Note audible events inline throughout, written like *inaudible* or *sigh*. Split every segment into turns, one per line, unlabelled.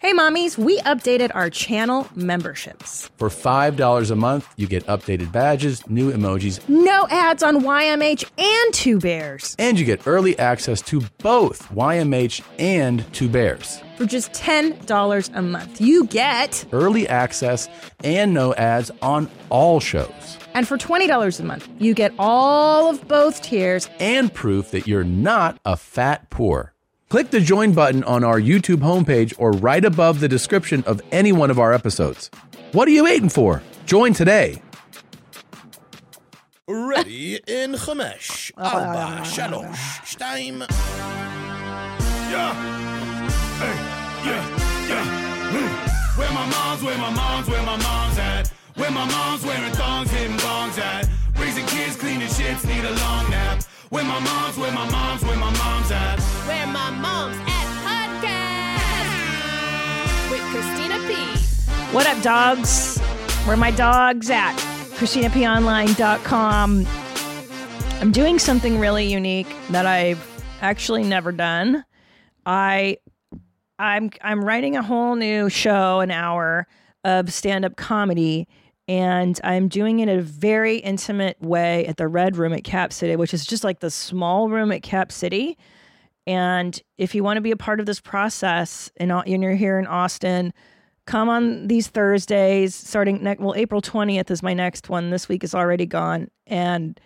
Hey, mommies, we updated our channel memberships.
For $5 a month, you get updated badges, new emojis,
No ads on YMH and Two Bears.
and you get early access to both YMH and Two Bears.
For just $10 a month, you get,
Early access and no ads on all shows.
and for $20 a month, you get all of both tiers.
and proof that you're not a fat poor. Click the join button on our YouTube homepage or right above the description of any one of our episodes. What are you waiting for? Join today.
Ready in Chamesh, Arba, Shalosh, Stein. Yeah. Hey, yeah, yeah. Mm. Where my mom's, where my mom's, where my mom's at. Where my mom's wearing thongs, hitting gongs at. Raising kids, cleaning shits, need a long nap. Where my mom's, where my mom's, where my mom's at.
Where My Mom's at Podcast with Christina P.
What up, dogs? Where my dogs at? ChristinaPOnline.com. I'm doing something really unique that I've actually never done. I I'm I'm writing a whole new show, an hour of stand-up comedy, and I'm doing it in a very intimate way at the Red Room at Cap City, which is just like the small room at Cap City. And if you want to be a part of this process and au- and you're here in Austin, come on these Thursdays starting next well April 20th is my next one. This week is already gone and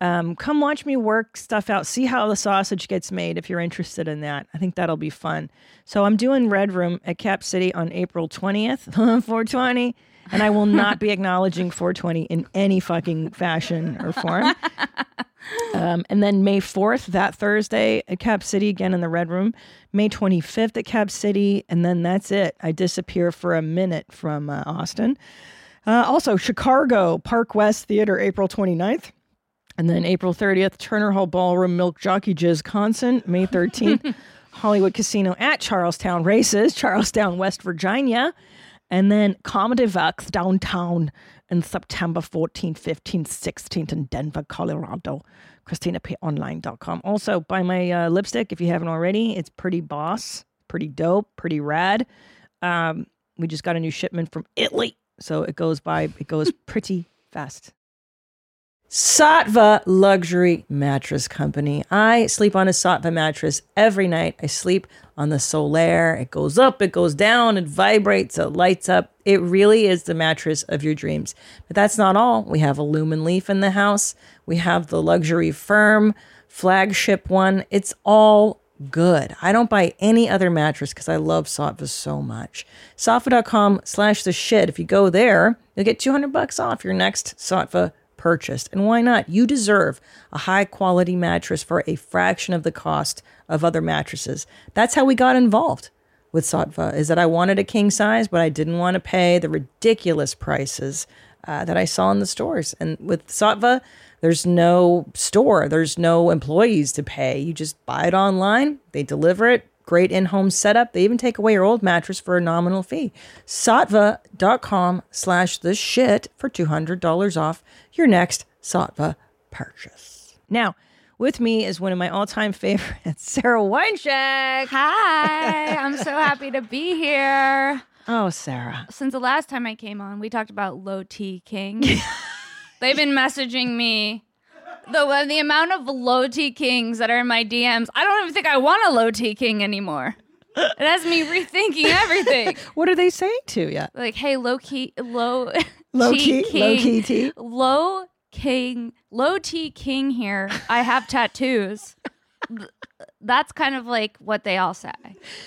um, come watch me work stuff out. See how the sausage gets made if you're interested in that. I think that'll be fun. So I'm doing Red Room at Cap City on April *laughs* 20th, 420. And I will not be acknowledging 420 in any fucking fashion or form. Um, and then May 4th, that Thursday at Cap City, again in the Red Room. May 25th at Cap City. And then that's it. I disappear for a minute from uh, Austin. Uh, also, Chicago, Park West Theater, April 29th. And then April 30th, Turner Hall Ballroom, Milk Jockey Jizz Consent. May 13th, Hollywood Casino at Charlestown Races, Charlestown, West Virginia. And then Comedy Vax downtown in September 14th, 15th, 16th in Denver, Colorado. ChristinaPOnline.com. Also, buy my uh, lipstick if you haven't already. It's pretty boss, pretty dope, pretty rad. Um, we just got a new shipment from Italy. So it goes by, it goes *laughs* pretty fast. Satva Luxury Mattress Company. I sleep on a Satva mattress every night. I sleep on the Solaire. It goes up, it goes down, it vibrates, it lights up. It really is the mattress of your dreams. But that's not all. We have a Lumen Leaf in the house. We have the Luxury Firm flagship one. It's all good. I don't buy any other mattress because I love Sattva so much. Sattva.com slash the shit. If you go there, you'll get 200 bucks off your next Sattva purchased. And why not? You deserve a high quality mattress for a fraction of the cost of other mattresses. That's how we got involved with Sattva is that I wanted a king size, but I didn't want to pay the ridiculous prices uh, that I saw in the stores. And with Sattva, there's no store, there's no employees to pay. You just buy it online, they deliver it. Great in-home setup. They even take away your old mattress for a nominal fee. Sattva.com slash the shit for $200 off your next Sattva purchase. Now, with me is one of my all-time favorites, *laughs* Sarah Weinschenk.
Hi, I'm so happy to be here.
Oh, Sarah.
Since the last time I came on, we talked about Low T King. They've been messaging me the the amount of Low T Kings that are in my DMs. I don't even think I want a Low T King anymore. It has me rethinking everything.
What are they saying to you?
like, hey, low key, low, *laughs*
Low
T
key, low key T.
low king, low T king here.
*laughs*
I have tattoos. Th- That's kind of like what they all say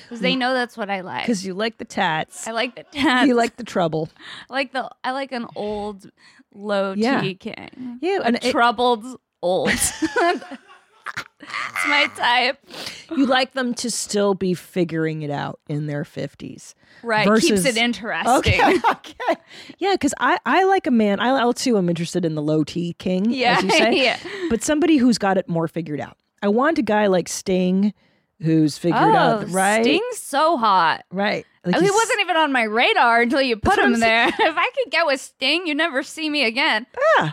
because they know that's what I like.
Because you like the tats.
I like the tats.
Mm. You like the trouble.
I like the I like an old low
Yeah.
T king,
Yeah, and it-
troubled
*laughs*
old. it's my type,
you like them to still be figuring it out in their 50s.
right?
Versus-
Keeps it interesting.
Okay, okay. Yeah, because I, I like a man. I, I too am interested in the low T king,
Yeah,
as
*laughs*
you say.
yeah.
But somebody who's got it more figured out. I want a guy like Sting who's figured
*laughs* Oh,
out, right?
Sting's so hot.
Right. Like
he
he's-
wasn't even on my radar until you put
what
him
I'm
there. *laughs* if I could get with Sting, you'd never see me again.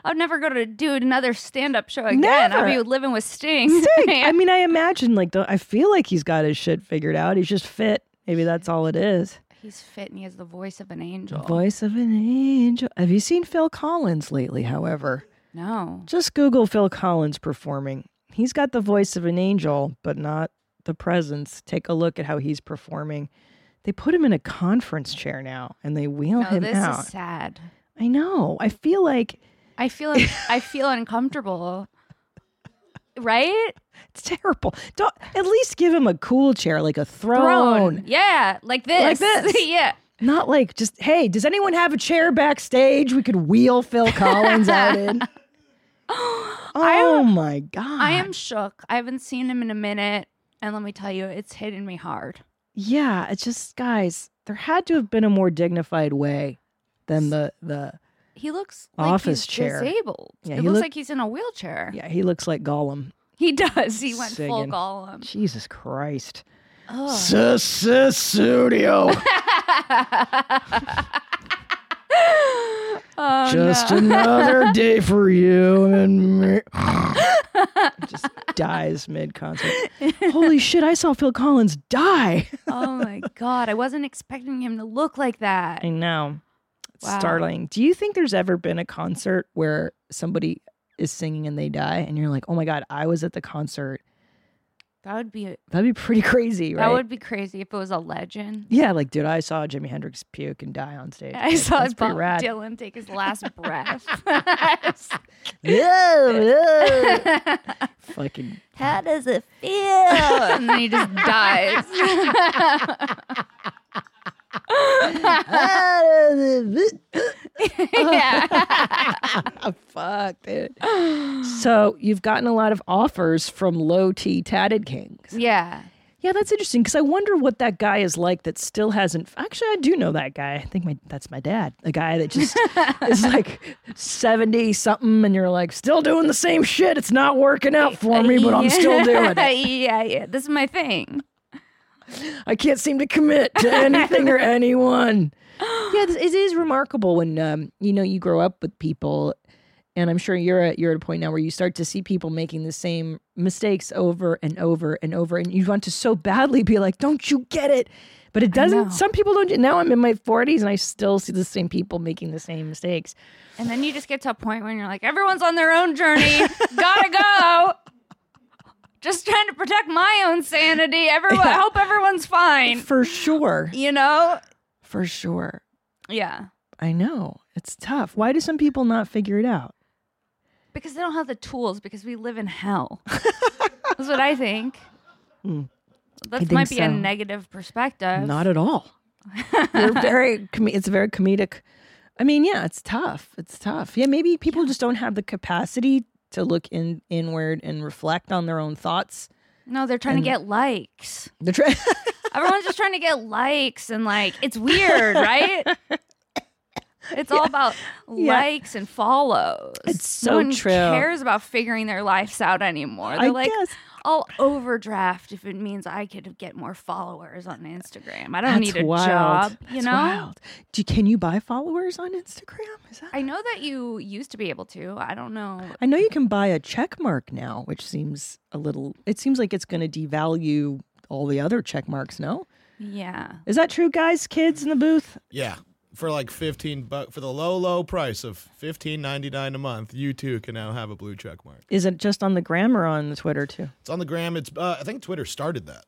I'd never go to do another stand up show again.
Never.
I'd be living with Sting. *laughs*
Sting.
Yeah.
I mean, I imagine, like, the, I feel like he's got his shit figured out. He's just fit. Maybe that's all it is.
He's fit and he has the voice of an angel.
Voice of an angel. Have you seen Phil Collins lately, however?
No.
Just Google Phil Collins performing. He's got the voice of an angel, but not the presence. Take a look at how he's performing. They put him in a conference chair now and they wheel
No,
him
Oh, this
out.
is sad.
I know. I feel like
I feel
*laughs*
I feel uncomfortable. Right?
it's terrible. Don't at least give him a cool chair, like a throne.
Yeah, like this.
Like this.
*laughs* yeah.
Not like just, hey, does anyone have a chair backstage we could wheel Phil Collins out
*laughs*
in? Oh my God.
I am shook. I haven't seen him in a minute. And let me tell you, it's hitting me hard.
Yeah, it's just guys, there had to have been a more dignified way than the the
He looks
Office
like he's
chair.
disabled.
Yeah, he
it looks
look-
like he's in a wheelchair.
Yeah, he looks like Gollum.
He does. He went full
Singing.
Gollum.
Jesus Christ.
Ugh.
Studio.
*laughs* Oh, no.
another day for you and me.
Just dies mid concert.
*laughs*
Holy shit, I saw Phil Collins die.
*laughs* oh my god! I wasn't expecting him to look like that.
I know. It's
Wow.
startling. Do you think there's ever been a concert where somebody is singing and they die and you're like, "Oh my god, I was at the concert."
That would be
That'd be pretty crazy, right?
that would be crazy if it was a legend.
Yeah, like dude, I saw Jimi Hendrix puke and die on stage.
I saw
That's pretty
Bob
rad.
Dylan take his
*laughs*
last breath.
Yeah,
*laughs*
yeah. Fucking *laughs*
How does it feel? and then he just
*laughs*
dies. yeah.
Oh, fuck,
*sighs*
dude. So you've gotten a lot of offers from low T tatted kings.
*laughs* Yeah.
Yeah, that's interesting because I wonder what that guy is like that still hasn't. Actually, I do know that guy. I think my that's my dad, a guy that
*laughs*
just is like seventy something, and you're like still doing the same shit. It's not working out for me, but I'm still doing it.
*laughs* yeah, yeah. This is my thing.
I can't seem to commit to anything *laughs* or anyone. Yeah, this, it is remarkable when um, you know you grow up with people, and I'm sure you're at you're at a point now where you start to see people making the same mistakes over and over and over, and you want to so badly be like, "Don't you get it?" But it
know.
doesn't. Some people don't. Now I'm in my 40s and I still see the same people making the same mistakes.
And then you just get to a point when you're like, everyone's on their own
*laughs*
journey. Gotta go. Just trying to protect my own sanity. Everyone, I hope everyone's fine.
For sure.
You know?
For sure.
Yeah.
I know it's tough. Why do some people not figure it out?
Because they don't have the tools because we live
*laughs*
in hell. That's what I think. That
Hmm. I think
might be a
so.
negative perspective.
Not at all. *laughs* You're very. Com- it's very comedic. I mean, yeah, it's tough. It's tough. Yeah, maybe people just don't have the capacity to look in inward and reflect on their own thoughts.
no, they're trying to get likes.
The tra-
Everyone's just trying to get likes and like it's
*laughs*
weird, right? It's all about
Yeah.
likes and follows.
It's
no
so
one
true.
cares about figuring their lives out anymore. They're
I
like,
guess.
I'll overdraft if it means I could get more followers on Instagram. I don't
That's
need a
wild.
job, you
That's
know.
wild. Do can you buy followers on Instagram? Is that? I,
I know that you used to be able to. I don't know.
know you can buy a check mark now, which seems a little. It seems like it's going to devalue all the other check marks. No,
Yeah.
is that true, guys? Kids in the booth.
Yeah. For like 15 bucks, for the low, low price of 15.99 a month, you too can now have a blue check mark.
Is it just on the gram or on the Twitter too?
It's on the gram. It's uh, I think Twitter started that.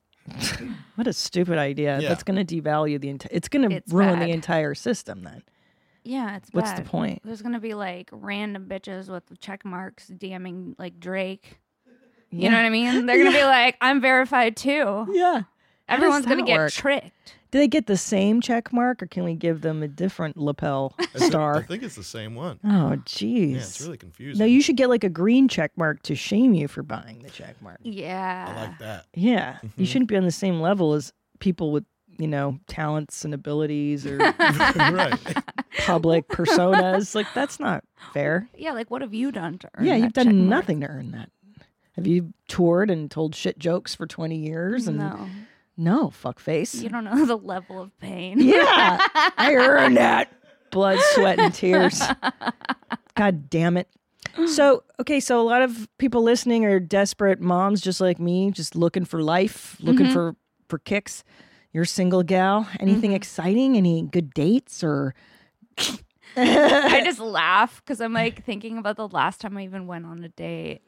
What a stupid idea.
Yeah.
That's going to devalue the entire, it's going to
It's
ruin
bad.
the entire system then.
Yeah, it's
What's the
bad.
point?
There's gonna be like random bitches with check marks DMing like Drake. You know what I mean? They're gonna be like, I'm verified too.
Yeah.
Everyone's gonna
that
get
work?
tricked.
Do they get the same check mark or can we give them a
*laughs*
different lapel
I thi- I
star?
think it's the same one.
Oh,
Yeah, it's
jeez.
really confusing.
no, you should get like a green check mark to shame you for buying the check mark.
Yeah.
I
*laughs*
like that. *laughs*
Yeah.
Mm-hmm.
You shouldn't be on the same level as people with, you know, talents and abilities or
*laughs*
right.
public personas. Like, that's not fair.
yeah, like what have you done to earn?
Yeah, you've
that check
done
mark?
nothing to earn that. Have you toured and told shit jokes for 20 years? And
No.
No, fuck face.
You don't know *laughs* the level of pain.
Yeah, I earned that. Blood, sweat, and
*laughs*
tears. God damn it. So, okay, so a lot of people
Mm-hmm.
listening are desperate moms just like me, just looking for life, looking for for kicks. You're a single gal. Anything
Mm-hmm.
exciting? Any good dates or
*laughs* I just laugh because I'm like thinking about the last time I even went on a date.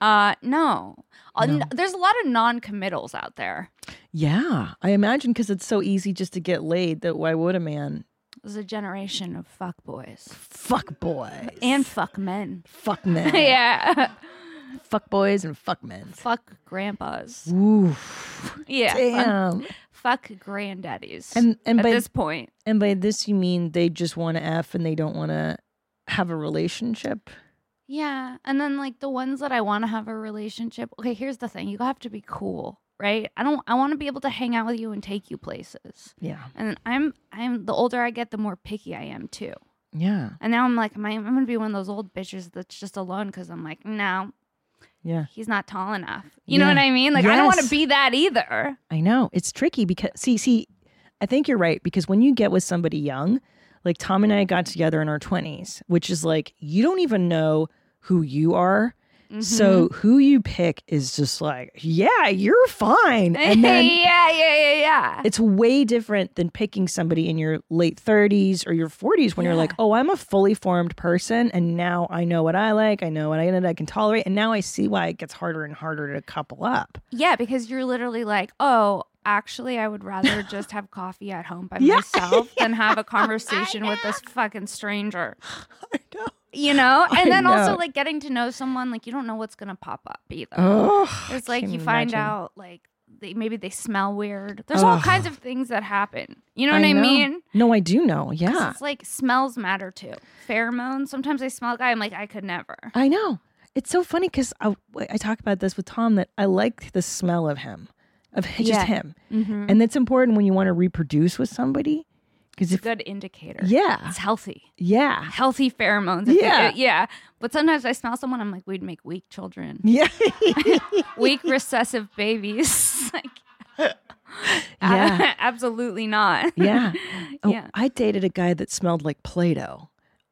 Uh, no. Uh, n- there's a lot of non-committals out there.
Yeah, I imagine because it's so easy just to get laid that why would a man?
There's a generation of fuck boys
Fuck boys
and fuck men.
fuck men.
*laughs* yeah,
fuck boys and fuck men.
fuck grandpas.
Oof.
Yeah,
Damn.
Fuck, fuck granddaddies.
And and
at
by
this point,
and by this you mean they just want to f and they don't want to have a relationship.
Yeah. And then like the ones that I want to have a relationship. Okay, here's the thing. You have to be cool, right? I don't I want to be able to hang out with you and take you places.
Yeah.
And I'm I'm the older I get, the more picky I am too.
Yeah.
And now I'm like, am I, I'm gonna be one of those old bitches that's just alone because I'm like, no,
Yeah.
he's not tall enough. You know
Yeah.
what I mean? Like I don't want to
Yes.
be that either. *laughs*
I know. It's tricky because see, see, I think you're right because when you get with somebody young, like Tom and I got together in our 20s, which is like you don't even know who you are. So
Mm-hmm.
who you pick is just like, yeah, you're fine. And then
*laughs* yeah, yeah, yeah, yeah.
it's way different than picking somebody in your late 30s or your 40s when you're like, oh, I'm a fully formed person and now I know what I like, I know what I, I can tolerate, and now I see why it gets harder and harder to couple up.
Yeah, because you're literally like, oh, actually, I
*laughs*
would rather just have coffee at home by
Yeah. *laughs*
myself than have a conversation with this fucking stranger.
*laughs* I know.
You know?
I
And then
know.
also, like, getting to know someone, like, you don't know what's going to pop up either.
Oh,
it's like you
can't
find
imagine.
out, like, they, maybe they smell weird. There's all
Ugh.
kinds of things that happen. You know what I,
know.
mean?
No, I do know.
'Cause
Yeah.
It's like smells matter too. Pheromones. Sometimes I smell a guy. I'm like, I could never.
I know. It's so funny because I, I talk about this with Tom that I liked the smell of him, of h- just
Yeah.
him.
Mm-hmm.
And that's important when you want to reproduce with somebody. Because
It's a
if,
good indicator.
yeah,
It's healthy.
yeah, *laughs*
healthy pheromones. if they
Yeah.
do- yeah. But sometimes I smell someone, I'm like, we'd make weak children,
yeah,
weak recessive babies. *laughs* like,
*laughs* Yeah.
*laughs* absolutely not. *laughs*
yeah. Oh,
Yeah.
I dated a guy that smelled like Play Doh.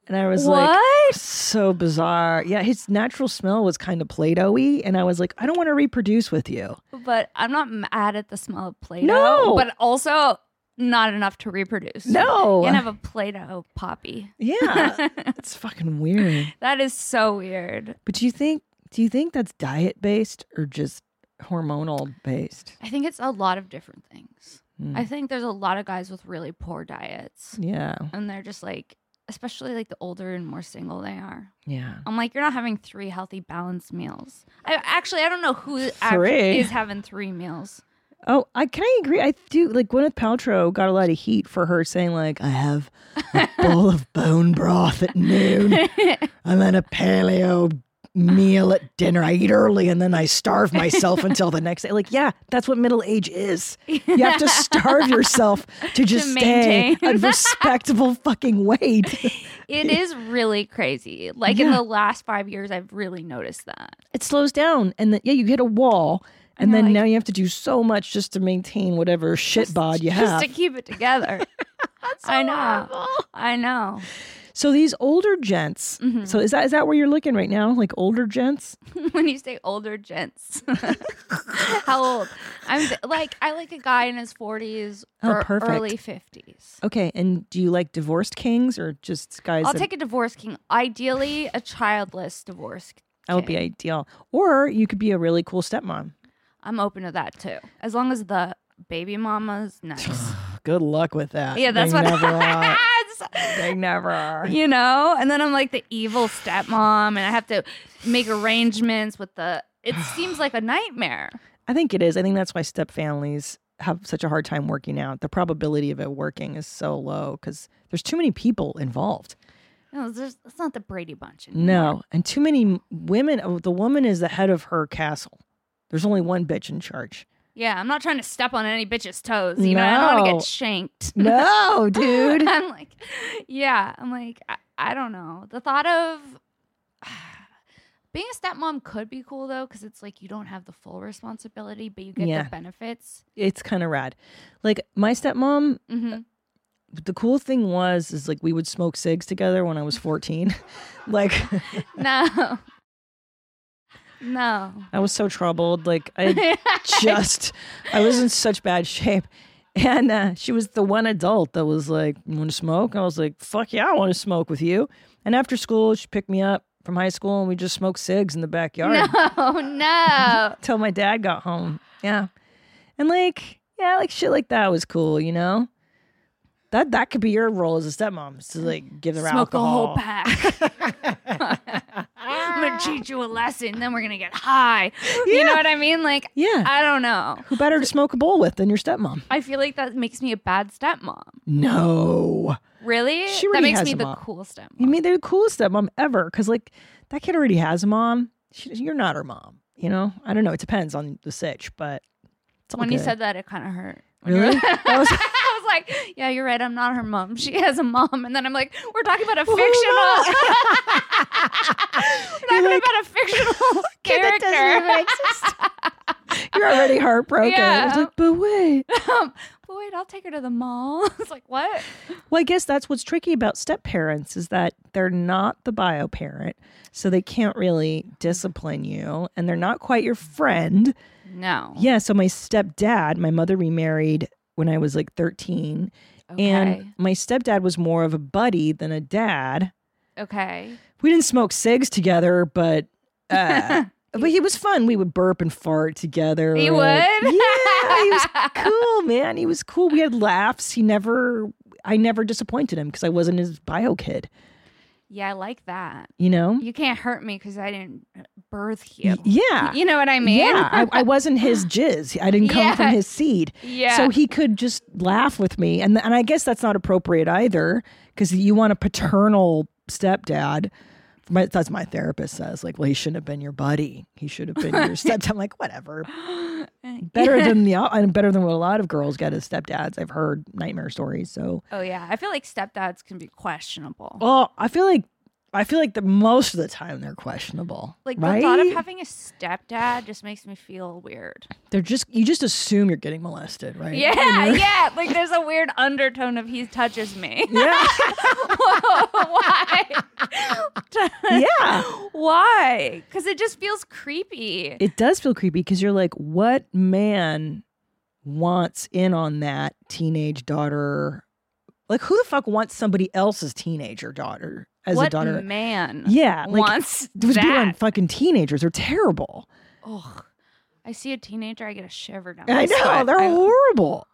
And I was
what?
like, so bizarre. Yeah, his natural smell was kind of Play Doh y. And I was like, I don't want to reproduce with you.
but I'm not mad at the smell of Play-Doh.
No.
But also not enough to reproduce.
No.
You can have a Play-Doh poppy.
*laughs* Yeah.
*laughs*
it's fucking weird.
That is so weird.
But do you think do you think that's diet based or just hormonal based?
I think it's a lot of different things.
Mm.
I think there's a lot of guys with really poor diets.
Yeah.
And they're just like, especially like the older and more single they are.
Yeah.
I'm like, you're not having three healthy, balanced meals. I actually, I don't know who
Three?
actually is having three meals.
Oh, I can I agree. I do like Gwyneth Paltrow got a lot of heat for her saying like I have
*laughs*
a bowl of bone broth at noon and then a paleo meal at dinner. I eat early and then I starve myself until the next day. Like, yeah, that's what middle age is. You have to starve yourself to just stay a
maintain.
respectable fucking weight.
*laughs*
*laughs*
It is really crazy. Like in
Yeah.
the last five years, I've really noticed that.
it slows down and then yeah you hit a wall and,
And you're
then
like-
now you have to do so much just to maintain whatever shit bod you
Just
have
to keep it
*laughs*
together. I know. I know. *laughs*
so these older gents
Mm-hmm.
so is that is that where you're looking right now like older gents
when you say older gents, *laughs* how old? I'm th- like, I like a guy in his 40s
Oh,
or
perfect.
early 50s.
okay and do you like divorced kings or just guys
I'll
that,
take a divorce king. Ideally, a childless divorce.
that would be
king.
ideal or you could be a really cool stepmom
I'm open to that too, as long as the baby mama's nice. *laughs*
good luck with that
yeah, that's
they
what. *laughs*
never are.
It's-
they never are
you know, and then I'm like the evil stepmom, and I have to make arrangements with the.
*sighs*
It seems like a nightmare.
i think it is i think that's why step families have such a hard time working out the probability of it working is so low because there's too many people involved
No, there's, it's not the Brady Bunch. anymore.
No, and too many m- women. Oh, the woman is the head of her castle. There's only one bitch in
*laughs*
charge.
Yeah, I'm not trying to step on any bitch's toes. You know, I don't want to
No.
get shanked.
No, *laughs* dude.
*laughs* I'm like, yeah. I'm like, I, I don't know. The thought of *sighs* being a stepmom could be cool though, because it's like you don't have the full responsibility, but you get
Yeah.
the benefits.
It's kind of rad. Like my stepmom.
Mm-hmm.
The cool thing was is like we would smoke cigs together when I was 14. like
No. No.
I was so troubled. Like I just I was in such bad shape. And uh, she was the one adult that was like, want to smoke? I was like, fuck yeah, I want to smoke with you. And after school, she picked me up from high school and we just smoked cigs in the backyard
No, Oh, no.
till my dad got home. Yeah. And like, yeah, like shit like that was cool, you know? That that could be your role as a stepmom, is to like give her
Smoke the
alcohol.
whole pack.
*laughs*
I'm gonna teach you a lesson, then we're gonna get high. You know what I mean? Like,
Yeah.
I don't know.
Who better to smoke a bowl with than your stepmom?
I feel like that makes me a bad stepmom.
No.
Really?
She
that
already
makes
has
me
a
the
mom.
cool stepmom.
You mean they're the coolest stepmom ever? Because like that kid already has a mom. She, you're not her mom. You know, I don't know. It depends on the sitch, but it's all
When you
good.
said that, it kind of hurt. When you
really,
were-
*laughs* that
*laughs*
was
I was like, yeah, you're right. I'm not her mom. She has a mom. And then I'm like, we're talking about a
Who
fictional.
*laughs* knows?
we're talking about
*laughs*
a fictional
kid that doesn't
character.
even exist. *laughs* You're already heartbroken. I was
Yeah.
like, but wait.
Um, but wait, I'll take her to
*laughs*
the mall. It's like, what?
Well, I guess that's what's tricky about step parents is that they're not the bio parent, so they can't really discipline you, and they're not quite your friend.
No.
Yeah, so my stepdad, my mother remarried when I was like 13,
Okay.
and my stepdad was more of a buddy than a dad.
Okay.
We didn't smoke cigs together, but
*laughs*
uh, but he was fun. We would burp and fart together.
He would?
Yeah, he
*laughs*
was cool, man. He was cool. We had laughs. He never, I never disappointed him because I wasn't his bio kid.
Yeah, I like that.
You know?
You can't hurt me because I didn't uh, birth you.
Yeah.
You know what I mean?
Yeah, I, I wasn't his jizz. I didn't come from
*laughs* Yeah.
his seed.
*laughs* Yeah.
So he could just laugh with me. And, and I guess that's not appropriate either because you want a paternal stepdad. My, that's my therapist says, like, well, he shouldn't have been your buddy. He should have been
*laughs*
your stepdad. I'm like, whatever. Better than the and better than what a lot of girls get as stepdads. I've heard nightmare stories. So,
oh, yeah. I feel like stepdads can be questionable.
well, I feel like I feel like the most of the time they're questionable.
like
right?
the thought of having a stepdad just makes me feel weird.
they're just you just assume you're getting molested, right?
Yeah, yeah. Like there's a weird undertone of he touches
*laughs*
me. *laughs*
Yeah.
Why?
*laughs*
*laughs*
yeah.
Why? Because it just feels creepy.
It does feel creepy because you're like, what man wants in on that teenage daughter? Like, who the fuck wants somebody else's teenager daughter as
what
a daughter?
man
yeah,
*laughs*
like
wants
*laughs* those people on
that?
fucking teenagers are terrible.
Ugh. I see a teenager, I get a shiver down. my
I know
spine.
they're
I-
horrible.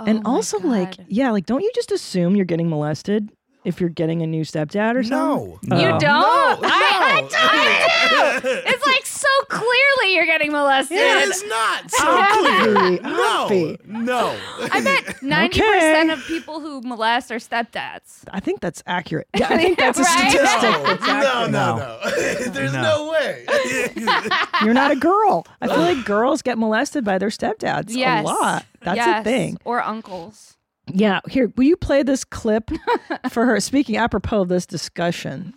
Oh
and
my
also, like,
God.
yeah, like, don't you just assume you're getting molested if you're getting a new stepdad or something?
No.
you
Oh.
don't.
Oh,
I, I do. It's like so clearly you're getting
*laughs*
molested.
It is not so
Huffy,
clear.
Huffy.
No, no.
*laughs*
I bet ninety percent of people who molest are stepdads.
I think that's accurate.
*laughs*
Yeah, I think that's a
Right?
statistic.
No,
that's
no,
accurate.
no, no. *laughs* There's no, way.
*laughs*
*laughs*
You're
*laughs*
not a girl. I feel like girls get molested by their stepdads
yes,
a lot. That's
yes.
a thing.
Or uncles.
Yeah. Here, will you play this
*laughs*
clip for her? Speaking apropos of this discussion,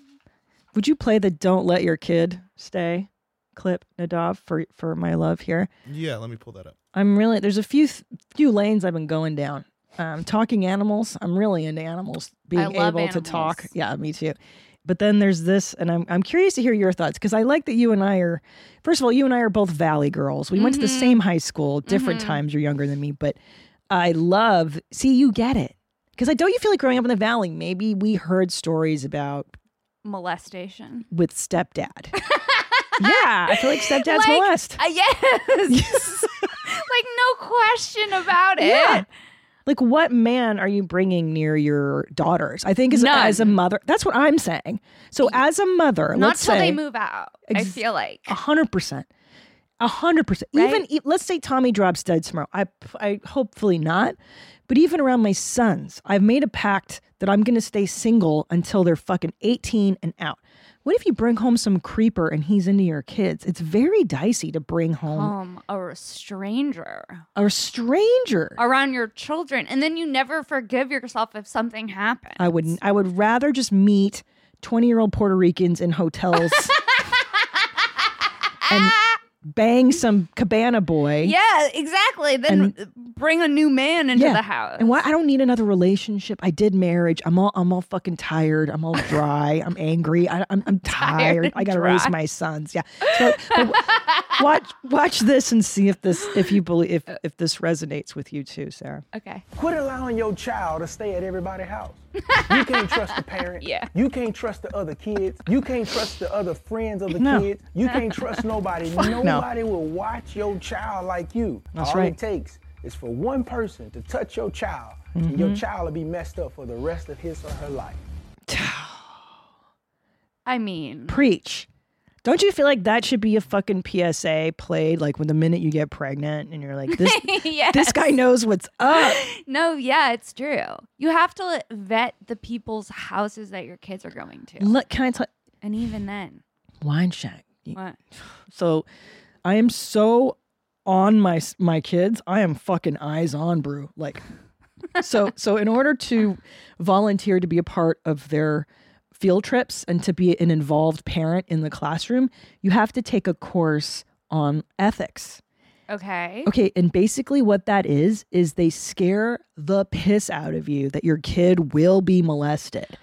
would you play the "Don't Let Your Kid Stay" clip, Nadav, for for my love here?
yeah, let me pull that up.
I'm really there's a few th- few lanes I've been going down. Um, talking animals. I'm really into animals. Being able
love
to talk.
animals.
Yeah, me too. But then there's this, and I'm I'm curious to hear your thoughts because I like that you and I are. First of all, you and I are both Valley girls. We went to the
Mm-hmm.
same high school, different times. You're younger than me, but I love. See, you get it because I don't. You feel like growing up in the Valley, maybe we heard stories about
Molestation.
with stepdad.
*laughs*
yeah, I feel like stepdads
Like,
molest.
Uh, yes. *laughs* like no question about it.
Yeah. Like, what man are you bringing near your daughters? I think as,
None.
as a mother, that's what I'm saying. So, as a mother,
Not
let's
till
say
they move out. I
Ex- Uh-huh.
feel like.
a hundred percent, a hundred percent.
Right?
Even e- let's say Tommy drops dead tomorrow. I, I hopefully not, but even around my sons, I've made a pact that I'm going to stay single until they're fucking 18 and out. What if you bring home some creeper and he's into your kids? It's very dicey to bring home
Um, a stranger
a stranger.
around your children, and then you never forgive yourself if something happens.
I would I would rather just meet
*laughs*
20 year old Puerto Ricans in hotels and bang some cabana boy.
Yeah, exactly. Then bring a new man into the house.
And why I don't need another relationship. I did marriage. I'm all I'm all fucking tired. I'm
*laughs*
all dry. I'm angry. I, I'm I'm tired.
and
I gotta
dry.
raise my sons. Yeah. So, but
*laughs*
w- watch watch this and see if this if you believe if if this resonates with you too, Sarah.
Okay.
Quit allowing your child to stay at everybody's house. You can't trust the parent.
Yeah.
You can't trust the other kids. You can't trust the other friends of the
No.
kids. You can't trust
*laughs*
nobody. Nobody will watch your child like you.
That's
All
right.
it takes is for one person to touch your child,
Mm-hmm.
and your child will be messed up for the rest of his or her life.
I mean,
Preach. Don't you feel like that should be a fucking PSA played like when the minute you get pregnant and you're like this
*laughs* yeah.
this guy knows what's up.
No, yeah, it's true. You have to like, vet the people's houses that your kids are going to.
Look, can I tell
And even then,
Wine Shack? You-
what?
So I am so on my my kids. I am fucking eyes on brew. Like so so in order to volunteer to be a part of their field trips and to be an involved parent in the classroom, you have to take a course on ethics.
Okay.
Okay, and basically what that is is they scare the piss out of you that your kid will be molested.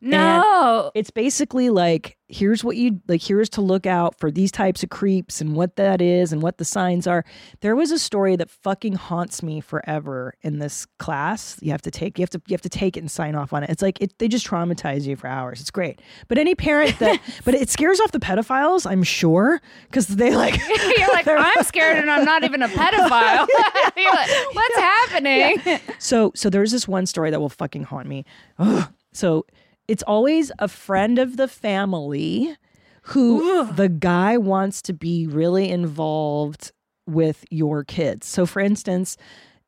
No. *laughs*
It's basically like here's what you like here's to look out for these types of creeps and what that is and what the signs are. There was a story that fucking haunts me forever in this class. You have to take you have to you have to take it and sign off on it. It's like it, they just traumatize you for hours. It's great. But any parent that but it scares off the pedophiles, I'm sure, cuz they like
You're like, I'm scared and I'm not
*laughs*
even a pedophile. *laughs* You're like, what's happening?
So so there's this one story that will fucking haunt me. Ugh. So it's always a friend of the family who the guy wants to be really involved with your kids. So for instance,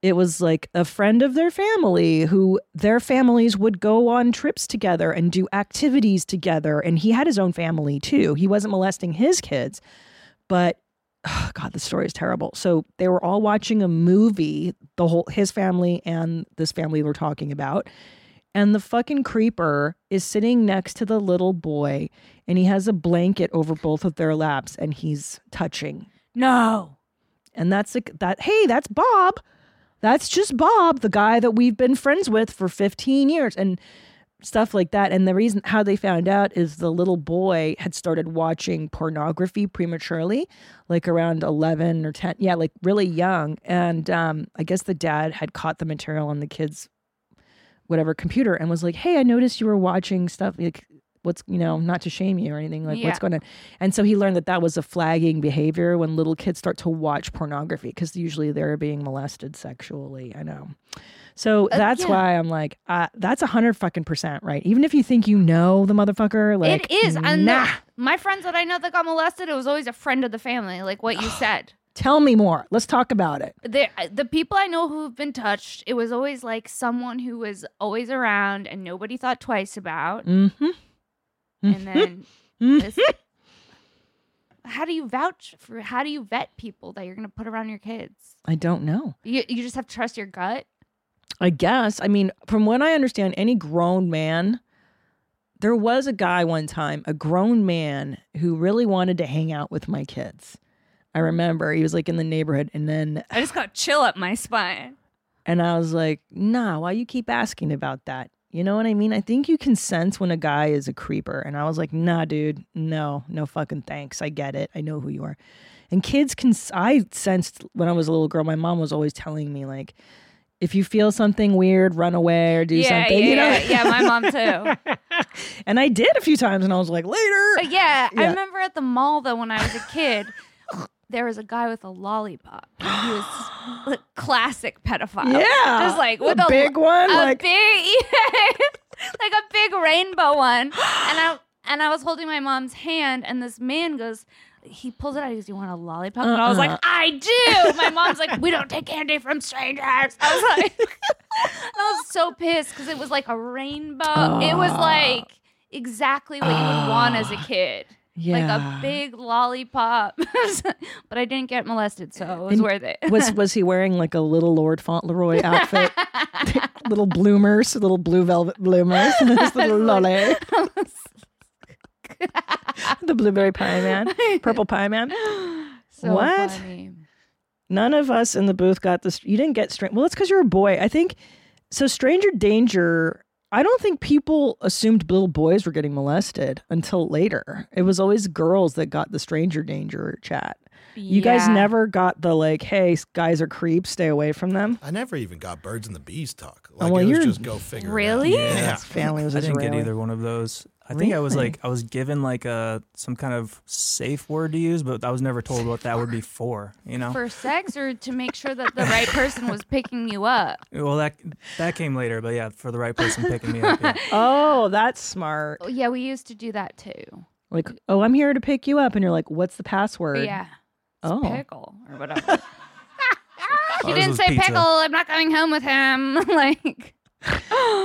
it was like a friend of their family who their families would go on trips together and do activities together and he had his own family too. He wasn't molesting his kids, but Oh God, the story is terrible. So they were all watching a movie, the whole his family and this family we're talking about. And the fucking creeper is sitting next to the little boy and he has a blanket over both of their laps and he's touching.
No.
And that's like that hey, that's Bob. That's just Bob, the guy that we've been friends with for 15 years and stuff like that. And the reason how they found out is the little boy had started watching pornography prematurely, like around 11 or 10. Yeah, like really young. And um, I guess the dad had caught the material on the kid's whatever computer and was like, hey, I noticed you were watching stuff like what's you know not to shame you or anything like
Yeah.
what's going on and so he learned that that was a flagging behavior when little kids start to watch pornography because usually they're being molested sexually i know so that's
yeah.
why I'm like, uh, that's a hundred fucking percent right. Even if you think you know the motherfucker, like
it is. And
nah,
the- my friends that I know that got molested, it was always a friend of the family, like
*gasps*
what you said.
tell me more. Let's talk about it.
the uh, the people I know who've been touched, it was always like someone who was always around and nobody thought twice about.
Mm-hmm.
And then
Uh,
this, *laughs* how do you vouch for how do you vet people that you're going to put around your kids?
I don't know.
You you just have to trust your gut.
I guess. I mean, from what I understand, any grown man, there was a guy one time, a grown man who really wanted to hang out with my kids. I remember he was like in the neighborhood, and then
I just got chill up my spine.
And I was like, nah, why you keep asking about that? You know what I mean? I think you can sense when a guy is a creeper. And I was like, nah, dude, no, no fucking thanks. I get it. I know who you are. And kids can, I sensed when I was a little girl, my mom was always telling me, like, if you feel something weird, run away or do
yeah,
something.
yeah,
you know?
yeah, yeah, my mom
*laughs*
too.
And I did a few times and I was like, later.
But *laughs* yeah, I
Yeah.
remember at the mall though when I was a kid, there was a guy with a lollipop. He was
*gasps*
like, classic pedophile.
Yeah.
just like with
a
a,
big
lo-
one. *laughs*
a
like,
big, *laughs* like a big rainbow one. And I *gasps* and I was holding my mom's hand, and this man goes. He pulls it out. He goes, "You want a lollipop?" And I was
Uh-uh.
like, "I do." My mom's like, "We don't take candy from strangers." I was like, *laughs* and I was so pissed because it was like a rainbow. it was like exactly what you would want as a kid, like
Ah. yeah.
a big lollipop. *laughs* but I didn't get molested, so it was
And
worth it.
was was he wearing like a little Lord Fauntleroy outfit? little bloomers, little blue velvet bloomers, *laughs* this little lolly. the blueberry pie man, purple pie man.
*laughs* So
What?
funny.
None of us in the booth got this. You didn't get strange. Well, it's because you're a boy. I think so. Stranger danger. I don't think people assumed little boys were getting molested until later. It was always girls that got the stranger danger chat. You guys
Yeah.
never got the like, hey, guys are creeps, stay away from them.
I never even got birds and the bees talk. Like
Oh, well,
it was
you're-
just go figure. it out.
Really?
Yeah.
His family was
I didn't
Israeli.
get either one of those. I think I was
Really?
like I was given like a some kind of safe word to use, but I was never told what that would be for. You know,
For sex or to make sure that the right person was picking you up?
well that that came later, but yeah, for the right person picking me up. yeah.
Oh, that's smart.
Oh, yeah, we used to do that too.
Like, oh, I'm here to pick you up, and you're like, what's the password?
But yeah.
Oh,
Pickle or *laughs* whatever. he
Ours
didn't
was
say
pizza.
pickle. I'm not coming home with him. *laughs* like,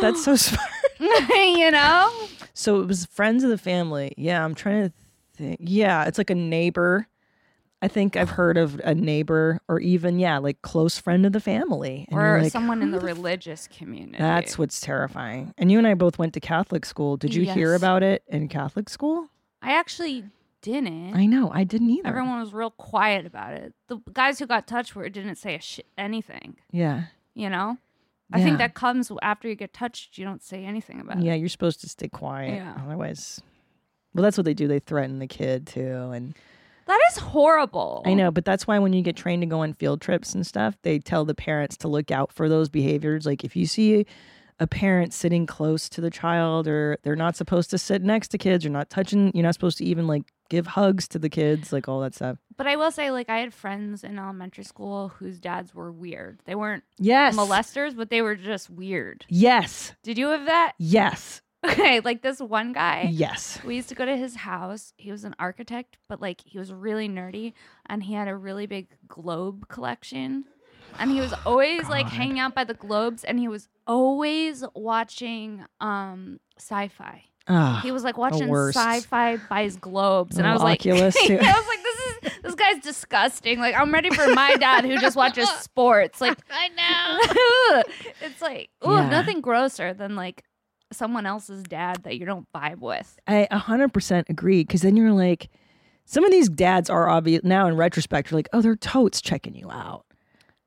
that's
*gasps*
so smart.
you know?
So it was friends of the family. Yeah, I'm trying to think. Yeah, it's like a neighbor. I think I've heard of a neighbor or even yeah, like close friend of the family. And you're
Or
like,
someone in
who
the religious community.
That's what's terrifying. And you and I both went to Catholic school. Did you hear
Yes.
about it in Catholic school?
I actually didn't.
I know, I didn't either.
Everyone was real quiet about it. The guys who got touched were didn't say a sh- anything.
Yeah.
You know, I think
Yeah.
that comes after you get touched. You don't say anything about
Yeah,
it.
you're supposed to stay quiet.
Yeah.
Otherwise Well, that's what they do. They threaten the kid too and
That is horrible.
I know, but that's why when you get trained to go on field trips and stuff, they tell the parents to look out for those behaviors. Like if you see a parent sitting close to the child or they're not supposed to sit next to kids, you're not touching, you're not supposed to even like give hugs to the kids, like all that stuff.
But I will say, like, I had friends in elementary school whose dads were weird. They weren't
Yes.
molesters, but they were just weird.
Yes.
Did you have that? *laughs*
Yes.
Okay, like this one guy.
Yes.
We used to go to his house. He was an architect, but like he was really nerdy and he had a really big globe collection. And he was always like hanging out by the globes and he was always watching um sci-fi.
Ah.
He was like watching
worst.
sci-fi by his globes and I was
Little Oculus,
like
too.
*laughs* I was like this is this guy's disgusting. Like I'm ready for my dad who just *laughs* watches sports. Like I know. *laughs* it's like ooh,
Yeah.
nothing grosser than like someone else's dad that you don't vibe with.
I 100% agree because then you're like, some of these dads are obvious now in retrospect. You're like, oh, they're totes checking you out.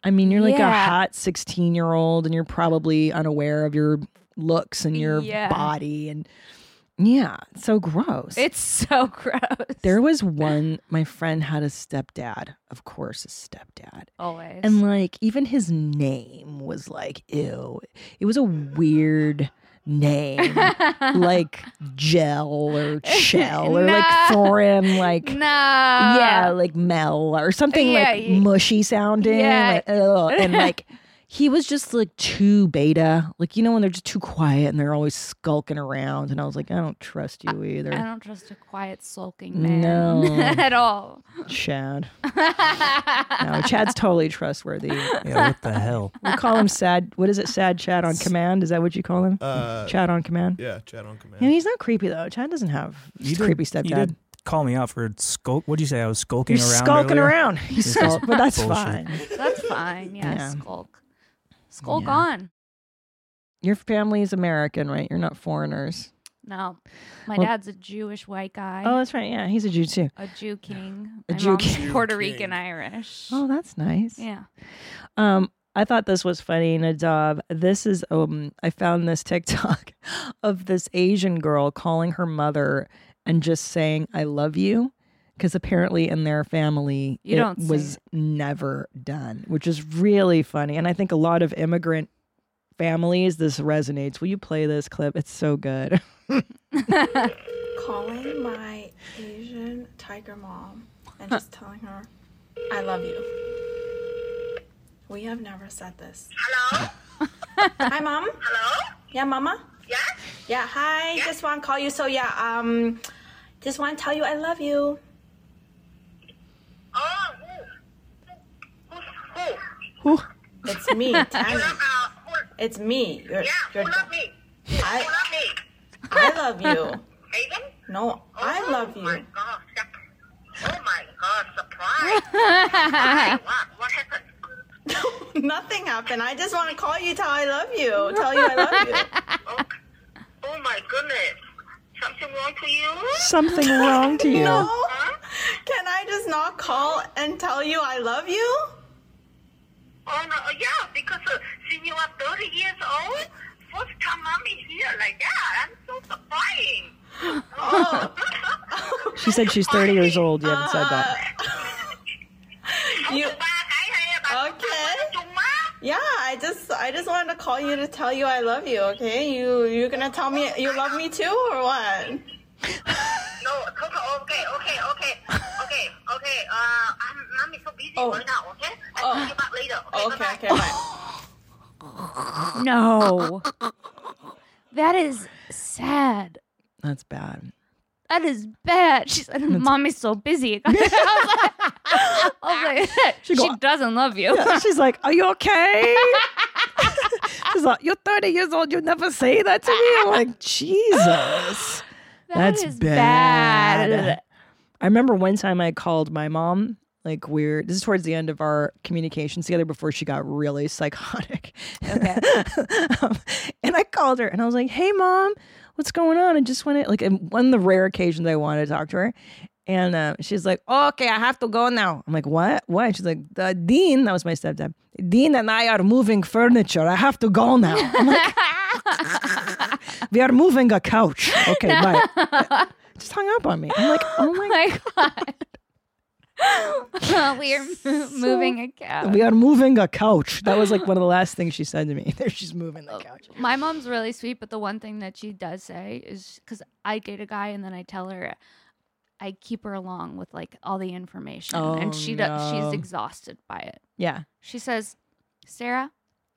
I mean, you're like a
Yeah.
hot 16 year old and you're probably unaware of your looks and your
Yeah.
body. And yeah, it's so gross.
It's so *laughs* gross.
there
*sighs*
was one, my friend had a stepdad, of course, a stepdad.
always.
And like even his name was like ew. It was a weird name. like
*laughs*
gel or shell or like
Nah.
foreign like
no.
yeah,
Yeah.
like Mel or something
Yeah,
like
y-
mushy sounding.
Yeah.
like, ugh. and like he was just like too beta. Like you know when they're just too quiet and they're always skulking around and I was like I don't trust you either.
I don't trust a quiet sulking man
No.
*laughs* at all. *laughs*
Chad. no, Chad's totally trustworthy.
yeah, what the hell?
We call him sad. What is it? Sad Chad on command? Is that what you call him?
Uh,
Chad on command.
yeah, chat on command.
Yeah, he's not creepy though. Chad doesn't have
You did-
creepy
You
stepdad.
did call me out for skulk. What'd you say? I was skulking
You're
around.
skulking
earlier? *laughs*
around.
This
He's
is
skulk, but that's
bullshit.
fine.
That's fine. Yeah,
Yeah.
skulk. Skulk
Yeah.
on.
Your family is American, right? You're not foreigners.
No. My
Well-
dad's a Jewish white guy.
Oh, that's right. Yeah, he's a Jew too.
a Jew king.
A
My
Jew
mom's
king.
Puerto
Jew king.
Rican Irish.
Oh, that's nice. *laughs*
Yeah.
Um, I thought this was funny, Nadav. This is um, I found this TikTok *laughs* of this Asian girl calling her mother and just saying "I love you," because apparently in their family
You
it
don't say
was
it.
never done, which is really funny. And I think a lot of immigrant families this resonates. Will you play this clip? It's so good. *laughs*
calling my Asian tiger mom and just telling her, I love you. We have never said this.
Hello?
*laughs* Hi, mom.
Hello?
Yeah, mama.
Yeah?
Yeah, hi. Just want to call you. So, yeah, um, just want to tell you I love you.
Oh, who? Who? Who?
It's me, Tammy.
Uh, who?
It's me. Your,
Yeah, who
your,
love me? Who
I-
love me?
I love you.
Aiden?
No, I love
Oh my
you. *laughs*
God. Oh my God, surprise. Why? what? What happened?
Nothing happened. I just want to call you, tell I love you. Tell you I love you.
Oh my goodness. Something wrong to you?
*laughs* Something wrong to you?
No. Can I just not call and tell you I love you?
Oh no, yeah, because uh, since you are 30 years old, first time mommy here like that, I'm so surprised.
Oh,
She said she's 30 years old. You haven't said that.
you,
Ba cái hay bà cũng
Okay.
thắc mắc chung á.
yeah, I just I just wanted to call you to tell you I love you, okay? You you're gonna tell me you love me too or what?
No, Coco, okay, okay,
*laughs*
okay, okay, okay. Uh, I'm mommy so busy
Oh.
right now. Okay, I
Oh.
call you back later. Okay,
Okay,
bye-bye.
okay, bye.
No. That is sad.
That's bad.
That is bad. She said, Mommy's so busy. *laughs* I was like, I was *laughs* like, she,
go-
doesn't love you.
She's like, Are you okay? *laughs* She's like, You're 30 years old. You never say that to me. I'm like, Jesus.
That
That's
is
bad. I remember one time I called my mom, like we're this is towards the end of our communications together before she got really *laughs* psychotic. *laughs* Okay. and I called her and I was like, "Hey, mom, what's going on?" I just want to like and one of the rare occasions I wanted to talk to her. And uh, she's like, "Okay, I have to go now." I'm like, "What? What?" She's like, "The dean, that was my stepdad. Dean and I are moving furniture. I have to go now. I'm like, we are moving a couch. Okay, *laughs* bye." Just hung up on me. I'm *laughs* like, "Oh my
*laughs* my *laughs* God. we are mo- moving a couch.
We are moving a couch. That was like one of the last things she said to me. *laughs* There, she's moving the couch.
My mom's really sweet, but the one thing that she does say is because I date a guy and then I tell her I keep her along with like all the information,
Oh,
and she does.
no.
She's exhausted by it.
Yeah. *laughs*
She says, "Sarah,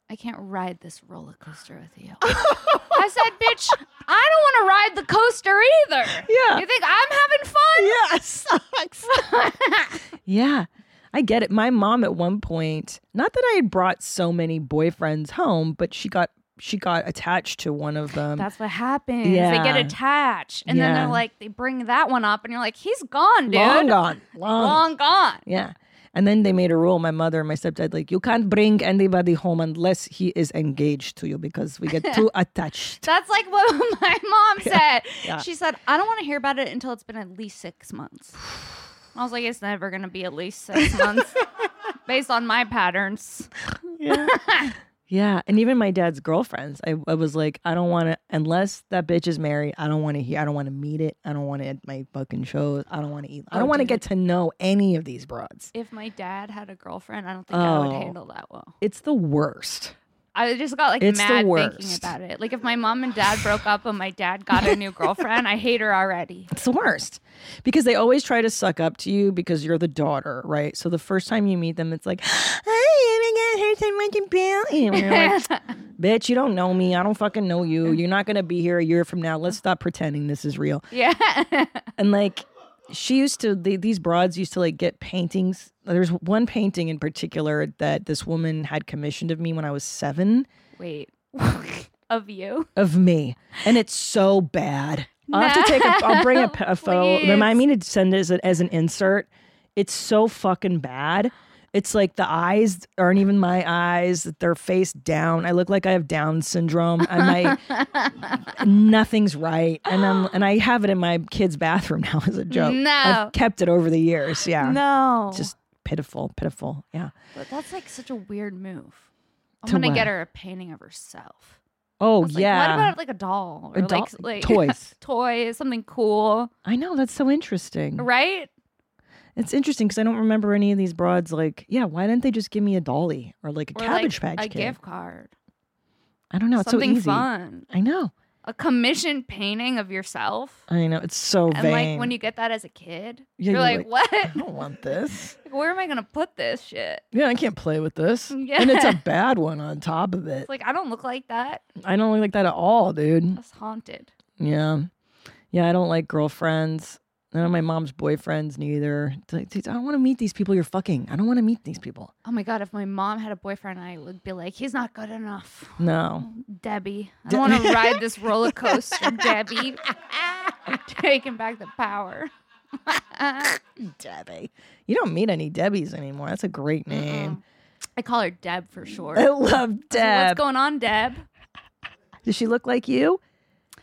I can't ride this roller coaster with
*laughs*
you." I said, "Bitch, I don't want to ride the coaster either."
Yeah.
you think I'm having fun?
Yeah, it sucks. yeah. I get it. My mom at one point, not that I had brought so many boyfriends home, but she got she got attached to one of them.
*laughs* That's what happens. They
Yeah.
get attached, and then
Yeah.
they're like, they bring that one up, and you're like, "He's gone, dude.
Long gone. Long.
Long gone."
Yeah. And then they made a rule, my mother and my stepdad, like, you can't bring anybody home unless he is engaged to you because *laughs* we get too attached.
That's like what *laughs* my mom said.
yeah.
She said, I don't want to hear about it until it's been at least
*sighs*
six months. I was like, it's never going to be at least
*laughs*
six months based on my patterns.
*laughs* Yeah, and even my dad's girlfriends, I, I was like, I don't want to unless that bitch is married. I don't want to hear. I don't want to meet it. I don't want to at my fucking shows. I don't want to eat. I don't want to get to know any of these broads.
If my dad had a girlfriend, I don't think I would
Oh.
handle that well.
It's the worst.
I just got like
It's the
mad thinking
worst.
about it. Like if my mom and dad broke up and my dad got
*laughs*
a new girlfriend, I hate her already.
It's the worst because they always try to suck up to you because you're the daughter, right? So the first time you meet them, it's like, "Hi, oh my god, her time watching Billy. And you're like, bitch, you don't know me. I don't fucking know you. You're not gonna be here a year from now. Let's stop pretending this is real. *laughs*
yeah.
and like she used to the, these broads used to like get paintings there's one painting in particular that this woman had commissioned of me when i was seven *laughs*
Wait. of you?
of me and it's so bad i'll have to take a i'll bring a, p- a
*laughs* No,
photo
please.
remind me to send it as, a, as an insert it's so fucking bad it's like the eyes aren't even my eyes they're face down i look like i have down syndrome and
*laughs*
my nothing's right and i'm and i have it in my kid's bathroom now *laughs* as a joke
No.
i've kept it over the years yeah
No.
just pitiful pitiful yeah
But that's like such a weird move. I'm
To
gonna
what?
get her a painting of herself.
oh
It's like,
yeah
What about like a doll or
A doll-
like, s- like *laughs*
toys.
toys, something cool,
i know that's so interesting
right?
It's interesting because I don't remember any of these broads like, yeah, why didn't they just give me a dolly or like a
Or
cabbage
like
patch
a
kid?
gift card,
I don't know. It's
something
so easy.
fun,
I know.
a commission painting of yourself.
I know. It's so
And
vain.
like when you get that as a kid,
Yeah,
you're,
you're
like,
like, *laughs*
what?
I don't want
*laughs*
this.
Like, Where am I gonna put this shit?
Yeah, I can't play with this.
Yeah.
And it's
*laughs*
a bad one on top of it.
It's like I don't look like that.
I don't look like that at all, dude.
That's haunted.
Yeah. Yeah, I don't like girlfriends. None of my mom's boyfriends neither. It's like, dude, I don't want to meet these people you're fucking. I don't want to meet these people.
Oh my god! If my mom had a boyfriend, I would be like, he's not good enough.
No.
Mm-hmm. Debbie. I want to ride this roller coaster, Debbie. Taking back the power.
Debbie. You don't meet any Debbies anymore. That's a great name.
I call her Deb for
*laughs*
short.
I love Oh, Deb.
What's going on, Deb?
Does she look like you?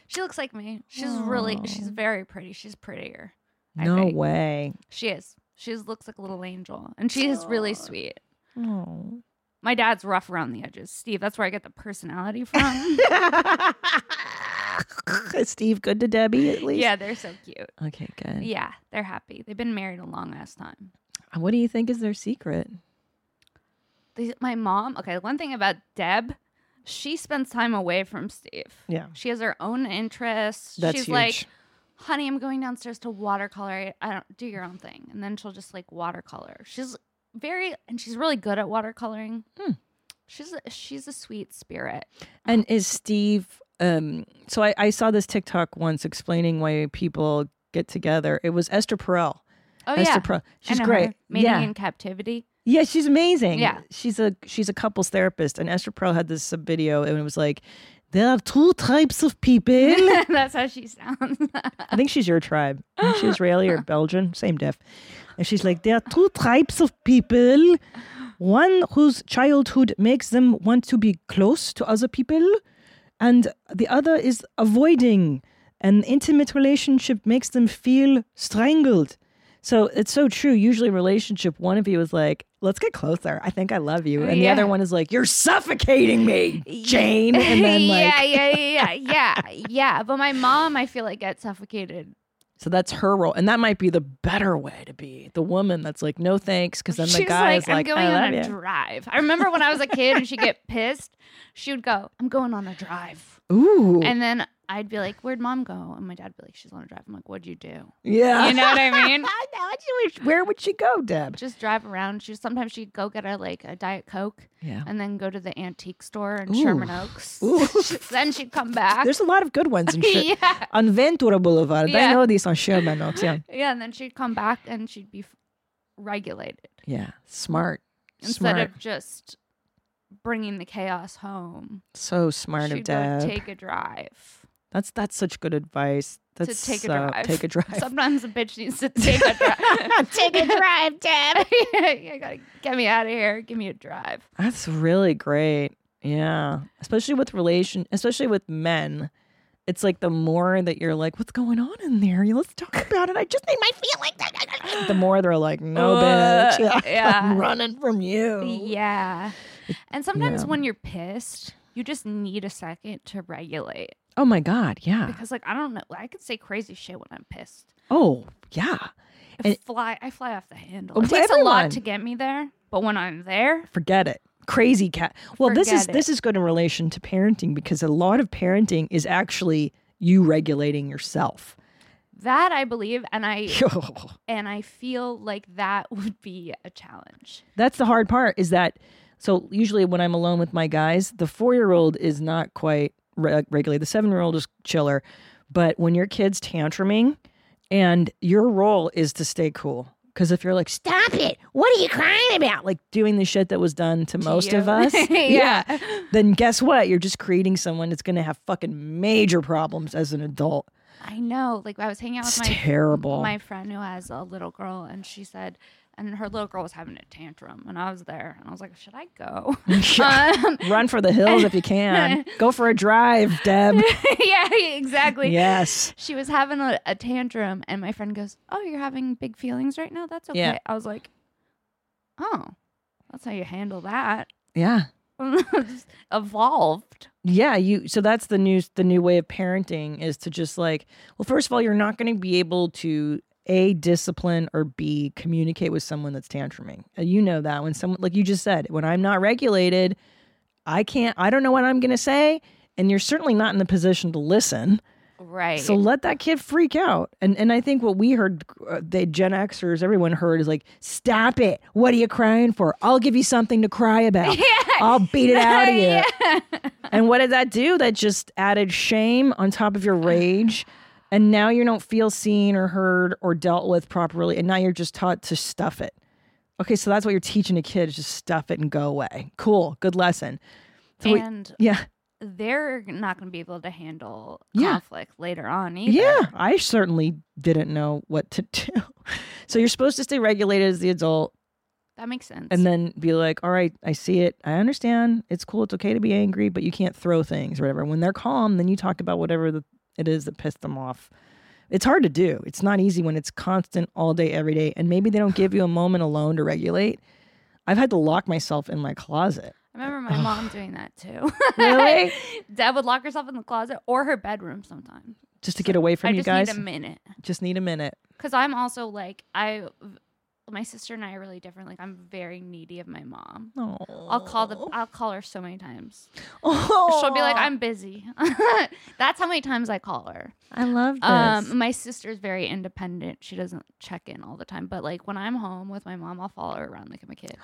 She looks like me. She's really, she's very pretty. She's prettier. I
no
think.
way.
She is. She just looks like a little angel, and she is really sweet.
Oh.
My dad's rough around the edges, Steve. That's where I get
*laughs*
the personality from.
Is *laughs* Steve good to Debbie at least?
yeah, they're so cute.
Okay, good.
Yeah, they're happy. They've been married a long ass time.
What do you think is their secret?
They, my mom. Okay, one thing about Deb, she spends time away from Steve.
Yeah.
She has her own interests.
That's
She's
huge.
like, honey, I'm going downstairs to watercolor. I don't do your own thing. And then she'll just like watercolor. She's very and she's really good at watercoloring.
Hmm.
She's a, she's a sweet spirit.
And is Steve? Um, so I, I saw this TikTok once explaining why people get together. It was Esther Perel.
Oh
Esther
yeah.
Perel.
I
She's
know
great.
her. Mating
yeah.
in captivity. *laughs*
Yeah, she's amazing.
Yeah.
She's a she's a couples therapist and Esther Perel had this video and it was like there are two types of people.
*laughs* That's how she sounds.
I think she's your tribe. I think she's Israeli or Belgian, same diff. And she's like there are two types of people. One whose childhood makes them want to be close to other people and the other is avoiding. An intimate relationship makes them feel strangled. So it's so true. Usually, relationship one of you is like, "Let's get closer. I think I love you," and
Yeah.
the other one is like, "You're suffocating me, Jane." And then like,
*laughs* yeah, yeah,
*laughs*
yeah, yeah, yeah, yeah. But my mom, I feel like gets suffocated.
so that's her role, and that might be the better way to be the woman that's like, "No thanks," because then the
She's
guy
like,
is
I'm
like,
going
"I
on
love
a
you."
drive. I remember when I was a kid and she'd get *laughs* pissed, she would go, I'm going on a drive.
Ooh,
And then I'd be like, Where'd mom go? And my dad'd be like, She's on a drive. I'm like,
*laughs*
What'd you do?
yeah.
You know what I mean?
I know. I just wish- Where would she go, Deb?
Just drive around. She sometimes she'd go get a like a Diet Coke
Yeah.
and then go to the antique store in
Ooh.
Sherman
*laughs*
Oaks. *laughs*
Ooh.
then she'd come back.
There's a lot of good ones in shit.
*laughs* yeah.
on Ventura Boulevard. I
Yeah.
know these on Sherman Oaks. Yeah,
Yeah. And then she'd come back and she'd be f- regulated.
yeah. Smart.
instead
smart.
of just bringing the chaos home.
so smart
she'd
of
go
Deb.
take a drive.
That's that's such good advice. That's
to take a
uh,
drive. *laughs*
Take a drive.
Sometimes a bitch
*laughs*
needs to take a drive. take a drive, Deb. *laughs* you gotta get me out of here. Give me a drive.
That's really great. Yeah, especially with relation, especially with men. It's like the more that you're like, what's going on in there? You Let's talk about it. I just need my feelings. The more they're like, no,
Uh,
bitch. Yeah. *laughs*
yeah.
I'm running from you.
Yeah. And sometimes
Oh. yeah.
when you're pissed, you just need a second to regulate.
Oh my God. Yeah.
Because like I don't know, I could say crazy shit when I'm pissed.
Oh, yeah.
I
And-
fly I fly off the handle.
Oh,
It takes a
everyone.
lot to get me there, but when I'm there,
forget it crazy cat well this is
Forget it.
this is good in relation to parenting because a lot of parenting is actually you regulating
*laughs*
yourself *laughs*
that I believe and I and I feel like that *laughs* would be a challenge.
that's the hard part is that so usually when i'm alone with my guys the four-year-old is not quite re- regulated the seven-year-old is chiller but when your kid's tantruming and your role is to stay cool because if you're like stop it what are you crying about like doing the shit that was done to, most of
*laughs* you.
us
Yeah.
then guess what you're just creating someone that's going to have fucking major problems as an adult
I know. Like I was hanging out
it's
with Oh, my
terrible *laughs*
my friend who has a little girl and she said and her little girl was having a tantrum and I was there and I was like, Should I
*laughs*
go? *laughs* Um,
run for the hills if you
*laughs*
can go for a drive deb
yeah, exactly.
yes
She was having a, a tantrum and my friend goes, Oh, you're having big feelings right now? That's okay.
Yeah.
I was like, Oh, that's how you handle that. *laughs*
yeah
Just Evolved.
yeah you so that's the new the new way of parenting is to just like well first of all you're not going to be able to a discipline or b communicate with someone that's tantruming Uh, you know that when someone like you just said when i'm not regulated i can't i don't know what i'm going to say and you're certainly not in the position to listen
Right.
so let that kid freak out and and i think what we heard uh, the gen xers everyone heard is like stop it what are you crying for i'll give you something to cry about i'll beat it out of you and what did that do? That just added shame on top of your rage. And now you don't feel seen or heard or dealt with properly. And now you're just taught to stuff it. Okay, so that's what you're teaching a kid is just stuff it and go away. Cool. Good lesson. So we-
and
yeah.
they're not going to be able to handle
Yeah.
conflict later on either.
Yeah. I certainly didn't know what to *laughs* do. So you're supposed to stay regulated as the adult
That makes sense.
and then be like, all right, I see it. I understand. It's cool. It's okay to be angry, but you can't throw things or whatever. When they're calm, then you talk about whatever the, it is that pissed them off. It's hard to do. It's not easy when it's constant all day, every day. And maybe they don't give you a moment alone to regulate. I've had to lock myself in my
*laughs*
closet.
I remember my mom doing that too. *laughs*
Really?
Dad would lock herself in the closet or her bedroom sometimes.
Just to get away from
I
you
just
guys.
need a minute.
just need a minute.
Because I'm also like, I, my sister and I are really different. Like, I'm very needy of my mom. I'll call the I'll call her so many times.
Oh,
She'll be like, "I'm busy." *laughs* That's how many times I call her.
I love this.
Um, my sister's very independent. She doesn't check in all the time. But like when I'm home with my mom, I'll follow her around like I'm a kid.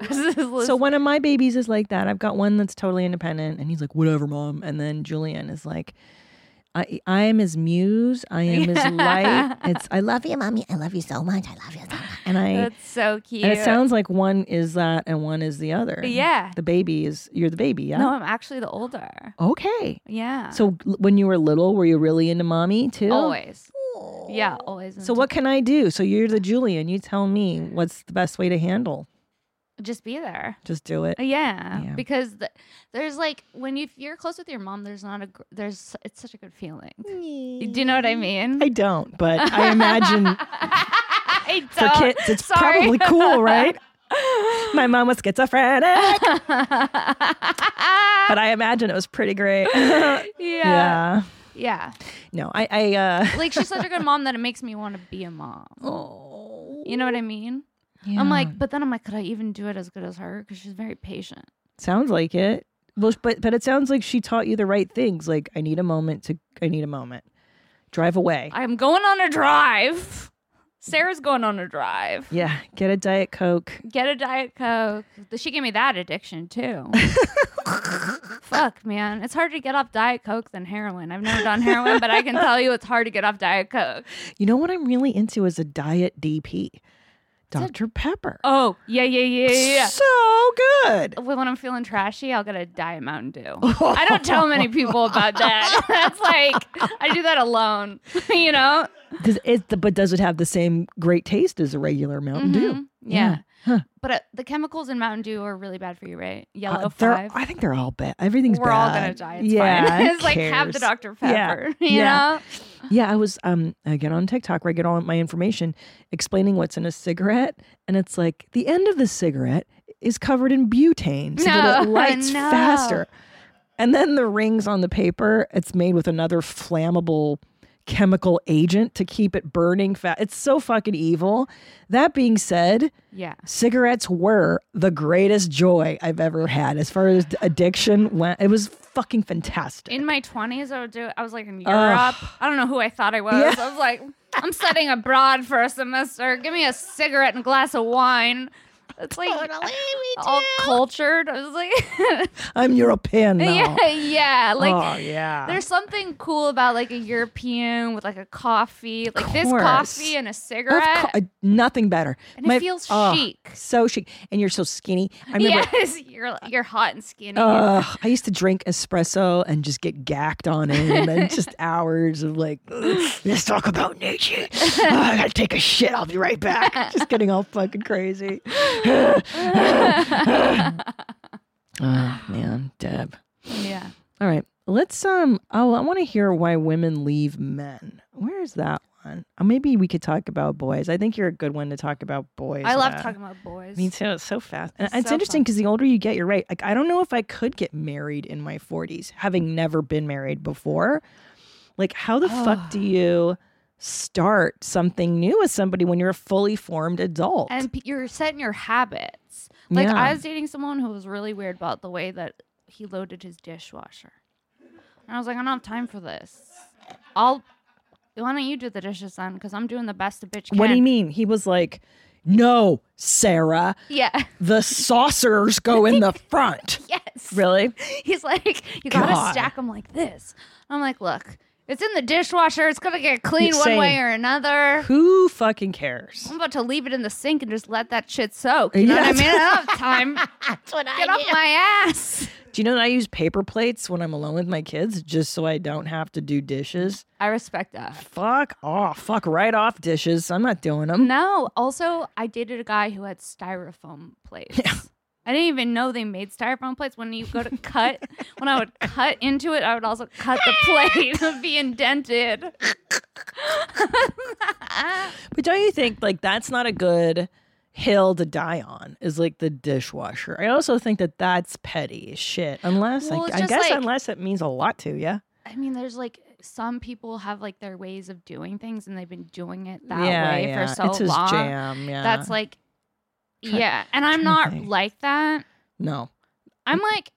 *laughs*
so one of my babies is like that. I've got one that's totally independent, and he's like, "Whatever, mom." And then Julian is like, "I, I am his muse. I am
*laughs*
his light. It's I love you, mommy. I love you so much. I love you so much." And I
That's so cute.
and it sounds like one is that and one is the other.
Yeah.
the baby is you're the baby. Yeah.
no, I'm actually the older.
Okay.
Yeah.
So l- when you were little, were you really into mommy too?
always. Yeah, always.
So
into-
what can I do? So you're the Julian. You tell me what's the best way to handle.
Just be there.
Just do it.
Yeah,
Yeah.
because the, there's like when you you're close with your mom, there's not a gr- there's it's such a good feeling. Do you know what I mean?
I don't, but I
*laughs*
imagine
I
for
don't.
kids, it's
Sorry.
probably cool,
*laughs*
right? My mom was schizophrenic, but I imagine it was pretty great. *laughs* yeah.
yeah, yeah.
No, I, I uh,
Like she's such a good mom that it makes me want to be a mom.
oh,
You know what I mean?
yeah.
I'm like, but then I'm like, could I even do it as good as her? Because she's very patient.
sounds like it. Well, but but it sounds like she taught you the right things. Like I need a moment to, I need a moment. Drive away.
I'm going on a drive. Sarah's going on a drive.
yeah, get a diet coke.
Get a diet coke. Th- She gave me that
*laughs*
addiction too. Fuck, man, it's harder to get off diet coke than heroin. I've never done heroin, but I can tell you it's hard to get off diet coke.
You know what I'm really into is a diet DP, Dr Pepper.
Oh yeah, yeah, yeah, yeah, yeah.
so good.
Well, when I'm feeling trashy, I'll get a Diet Mountain Dew. I don't tell many people about that. *laughs* That's like I do that alone, *laughs* you know.
Does it, but does it have the same great taste as a regular Mountain Dew?
Mhm. Yeah. But uh, the chemicals in Mountain Dew are really bad for you, right? Yellow
Uh, they're-
Oh, five.
I think they're all bad. Everything's
We're
bad.
all gonna die. It's
yeah,
*laughs* fine.
who
it's like have the
cares?
Dr
Yeah,
Pepper. *laughs* You
yeah.
know.
Yeah, I was um I get on TikTok where I get all my information explaining what's in a cigarette, and it's like the end of the cigarette is covered in butane, so that it
No, *laughs*
lights
no.
faster. And then the rings on the paper, it's made with another flammable chemical agent to keep it burning fast. It's so fucking evil. That being said,
Yeah.
cigarettes were the greatest joy I've ever had as far as addiction went. It was fucking fantastic.
In my twenties, I would do. I was like in Europe.
Ugh.
I don't know who I thought I was. I was like, I'm studying abroad for a semester. Give me a cigarette and glass of wine. It's like *laughs* all cultured. I was like, *laughs*
I'm European now.
yeah, yeah. Like
oh yeah.
There's something cool about like a European with like a coffee, like this
course.
coffee and a
Of
cigarette.
cou- uh, nothing better.
And it feels chic.
So chic. And you're so skinny. I remember
*laughs* yes, you're you're hot and skinny.
ugh, I used to drink espresso and just get gacked on it and then
*laughs*
just hours of like, "Ugh, let's talk about nature. Ugh, I gotta take a shit. I'll be right
*laughs*
back. Just getting all fucking crazy. *laughs* oh man, Deb.
yeah.
All right. Let's um oh I want to hear why women leave men. Where is that one? Oh, maybe we could talk about boys. I think you're a good one to talk about boys.
I love
about.
talking about boys.
Me too. It's so fast. And
It's
it's
so
interesting
fun.
because the older you get, you're right. Like I don't know if I could get married in my 40s, having never been married before. Like how the fuck
Ah.
do you start something new with somebody when you're a fully formed adult?
And p- you're setting your habits. Like
Yeah.
I was dating someone who was really weird about the way that he loaded his dishwasher, and I was like, I don't have time for this. I'll. Why don't you do the dishes then? Because I'm doing the best a bitch can.
what do you mean? He was like, "No, Sarah,
Yeah. *laughs*
the saucers go in the front."
yes.
Really?
He's like, you gotta
God.
stack them like this. I'm like, look, it's in the dishwasher. It's gonna get clean
Yeah,
one way
same.
or another.
Who fucking cares?
I'm about to leave it in the sink and just let that shit soak. You know what I
Yes.
mean? I don't have
*laughs*
time. That's what get off my ass.
Do you know that I use paper plates when I'm alone with my kids just so I don't have to do dishes?
I respect that.
Fuck off. Fuck right off dishes. I'm not doing them.
No. Also, I dated a guy who had styrofoam plates. I didn't even know they made styrofoam plates. When you go to cut,
*laughs*
when I would cut into it, I would also cut the plate and be indented.
But don't you think like that's not a good hill to die on? Is like the dishwasher. I also think that that's petty as shit. Unless
Well,
I,
it's
I
just
guess
like-
unless it means a lot to you.
I mean, there's like some people have like their ways of doing things, and they've been doing it that
yeah,
way
yeah.
for so
it's his
long.
jam. Yeah,
That's like,
Try-
yeah. And I'm
trying to
not
think.
like that.
no,
I'm like,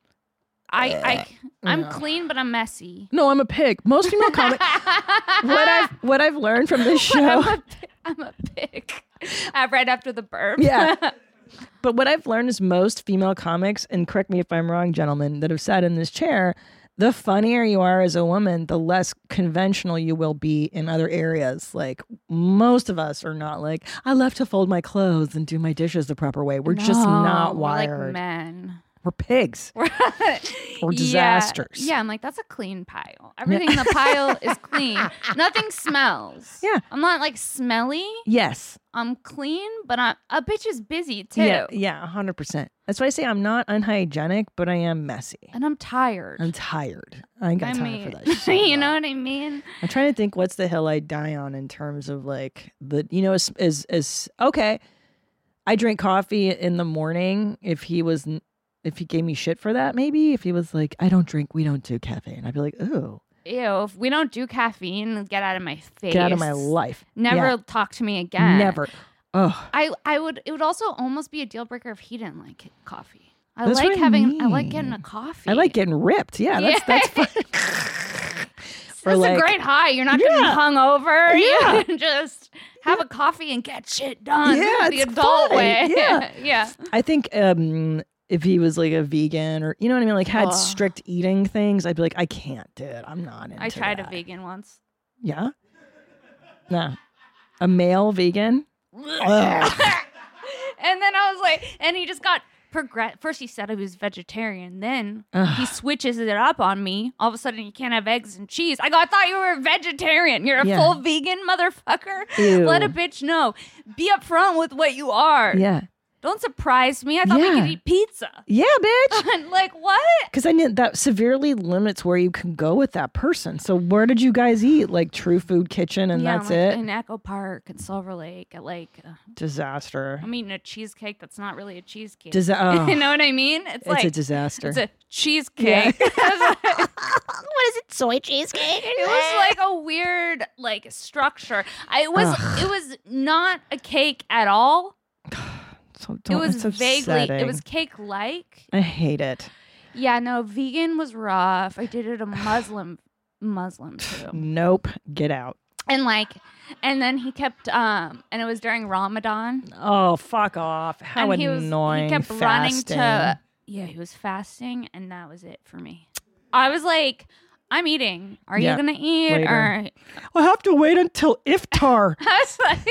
I, I, I'm
Yeah.
clean, but I'm messy.
no. I'm a pig. Most female
*laughs*
comic. what I've what I've learned from this
But
show.
I'm a, pi- I'm a pig. Uh, right after the burp. *laughs*
Yeah. *laughs* But what I've learned is most female comics, and correct me if I'm wrong, gentlemen, that have sat in this chair, the funnier you are as a woman, the less conventional you will be in other areas. Like most of us are not like, I love to fold my clothes and do my dishes the proper way. We're just not
No, Oh, we're
wired. We're,
like men. *laughs*
pigs.
We're,
We're disasters.
Yeah. I'm like, that's a clean pile. Everything in the pile is
*laughs*
clean. Nothing smells.
Yeah.
I'm not like smelly.
*laughs* Yes.
I'm clean, but I'm, a bitch is busy too.
Yeah. Yeah. hundred percent. That's why I say I'm not unhygienic, but I am messy.
And I'm tired.
I'm tired. I ain't got
I
time
mean, *laughs*
for that. shit.
you know what I mean?
I'm trying to think what's the hill I die on in terms of like the you know as as, as okay, I drink coffee in the morning. If he was n- if he gave me shit for that, maybe if he was like I don't drink, we don't do caffeine, I'd be like ooh,
Ew, if we don't do caffeine, get out of my face.
get out of my life.
Never
Yeah.
talk to me again.
never. Oh,
I, I would it would also almost be a deal breaker if he didn't like coffee. I
That's
like
what I
having I like getting
mean.
a coffee.
I like getting ripped. Yeah, that's that's fun.
It's
or like-
a great high. You're not gonna
Yeah.
be hungover. *laughs*
Yeah.
You can just have a coffee and get shit done.
Yeah,
the
it's
adult
fun.
way.
Yeah.
*laughs* yeah.
I think um if he was like a vegan or you know what I mean, like had
Ugh.
strict eating things, I'd be like I can't, dude. I'm not into.
I tried
that."
a vegan once.
Yeah. Nah. A male vegan?
And then I was like, and he just got progress. First, he said he was vegetarian. Then he switches it up on me. All of a sudden, you can't have eggs and cheese. I go, I thought you were a vegetarian. You're a
Yeah.
full vegan motherfucker.
Ew.
Let a bitch know. Be upfront with what you are.
Yeah.
Don't surprise me. I thought we
Yeah.
could eat pizza. *laughs*
Yeah, bitch.
And like, what?
Because I knew that severely limits where you can go with that person. So where did you guys eat? Like True Food Kitchen and
Yeah,
that's
like,
it?
In Echo Park and Silver Lake. At like, uh, *laughs*
disaster.
I'm eating a cheesecake that's not really a cheesecake. *laughs*
Disa- oh,
you know what I mean? It's,
it's
like
a disaster.
It's a
*laughs*
cheesecake. *laughs*
what is it? Soy cheesecake? Eh.
It was like a weird like structure. I it was it was not a cake at all.
So
It
don't,
was
Oh, it's
vaguely it was
upsetting.
cake like.
I hate it.
Yeah, no, vegan was rough. I did it a Muslim Muslim
*sighs*
too.
Nope. Get out.
And like and then he kept um and it was during Ramadan.
Oh, fuck off. How
and he was
annoying.
he kept
fasting.
running to Yeah, he was fasting and that was it for me. I was like, I'm eating. Are
Yeah,
you gonna eat?
later. I
Or
have to wait until iftar.
*laughs* I was *laughs* like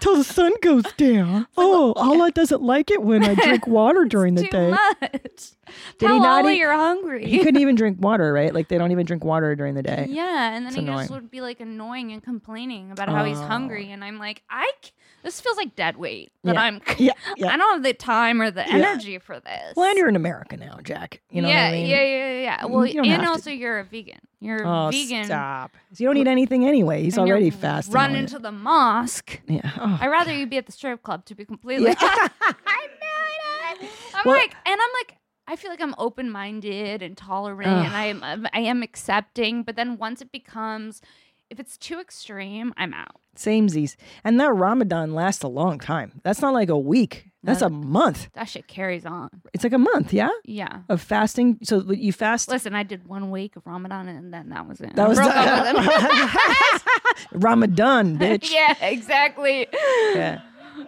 till the sun goes down. Oh, Allah doesn't like it when I drink
*laughs*
water during the
too
day.
much.
Did he
Tell
not
Ollie
eat-
you're hungry.
He couldn't even drink water, right? Like they don't even drink water during the day.
*laughs* yeah, and then
It's
he just
annoying.
would be like annoying and complaining about how he's
Oh.
hungry, and I'm like, I c- this feels like dead weight that
Yeah. *laughs*
I'm.
Yeah, yeah.
I don't have the time or the energy for this.
Well, and you're in America now, Jack. You know
yeah,
what I mean?
yeah, yeah, yeah, yeah. Well,
You don't have
and
to-
also you're a vegan. You're a
Oh,
vegan.
stop. So you don't eat anything anyway. He's
and you're
already fasting.
Run
on
into the mosque.
it. Yeah. Oh.
I'd rather you be at the strip club to be *laughs* completely. I know it. is. I'm
Well-
like, and I'm like, I feel like I'm open minded and tolerant, and I am, I'm- I am accepting. But then once it becomes, if it's too extreme, I'm out.
Samesies. And that Ramadan lasts a long time. That's not like a week. That's a month.
That shit carries on.
It's like a month, yeah?
Yeah.
Of fasting. So you fast.
Listen, I did one week of Ramadan, and then that was it.
that
I
was
broke
*laughs*
up with him.
Ramadan, bitch.
*laughs* yeah, exactly.
Yeah.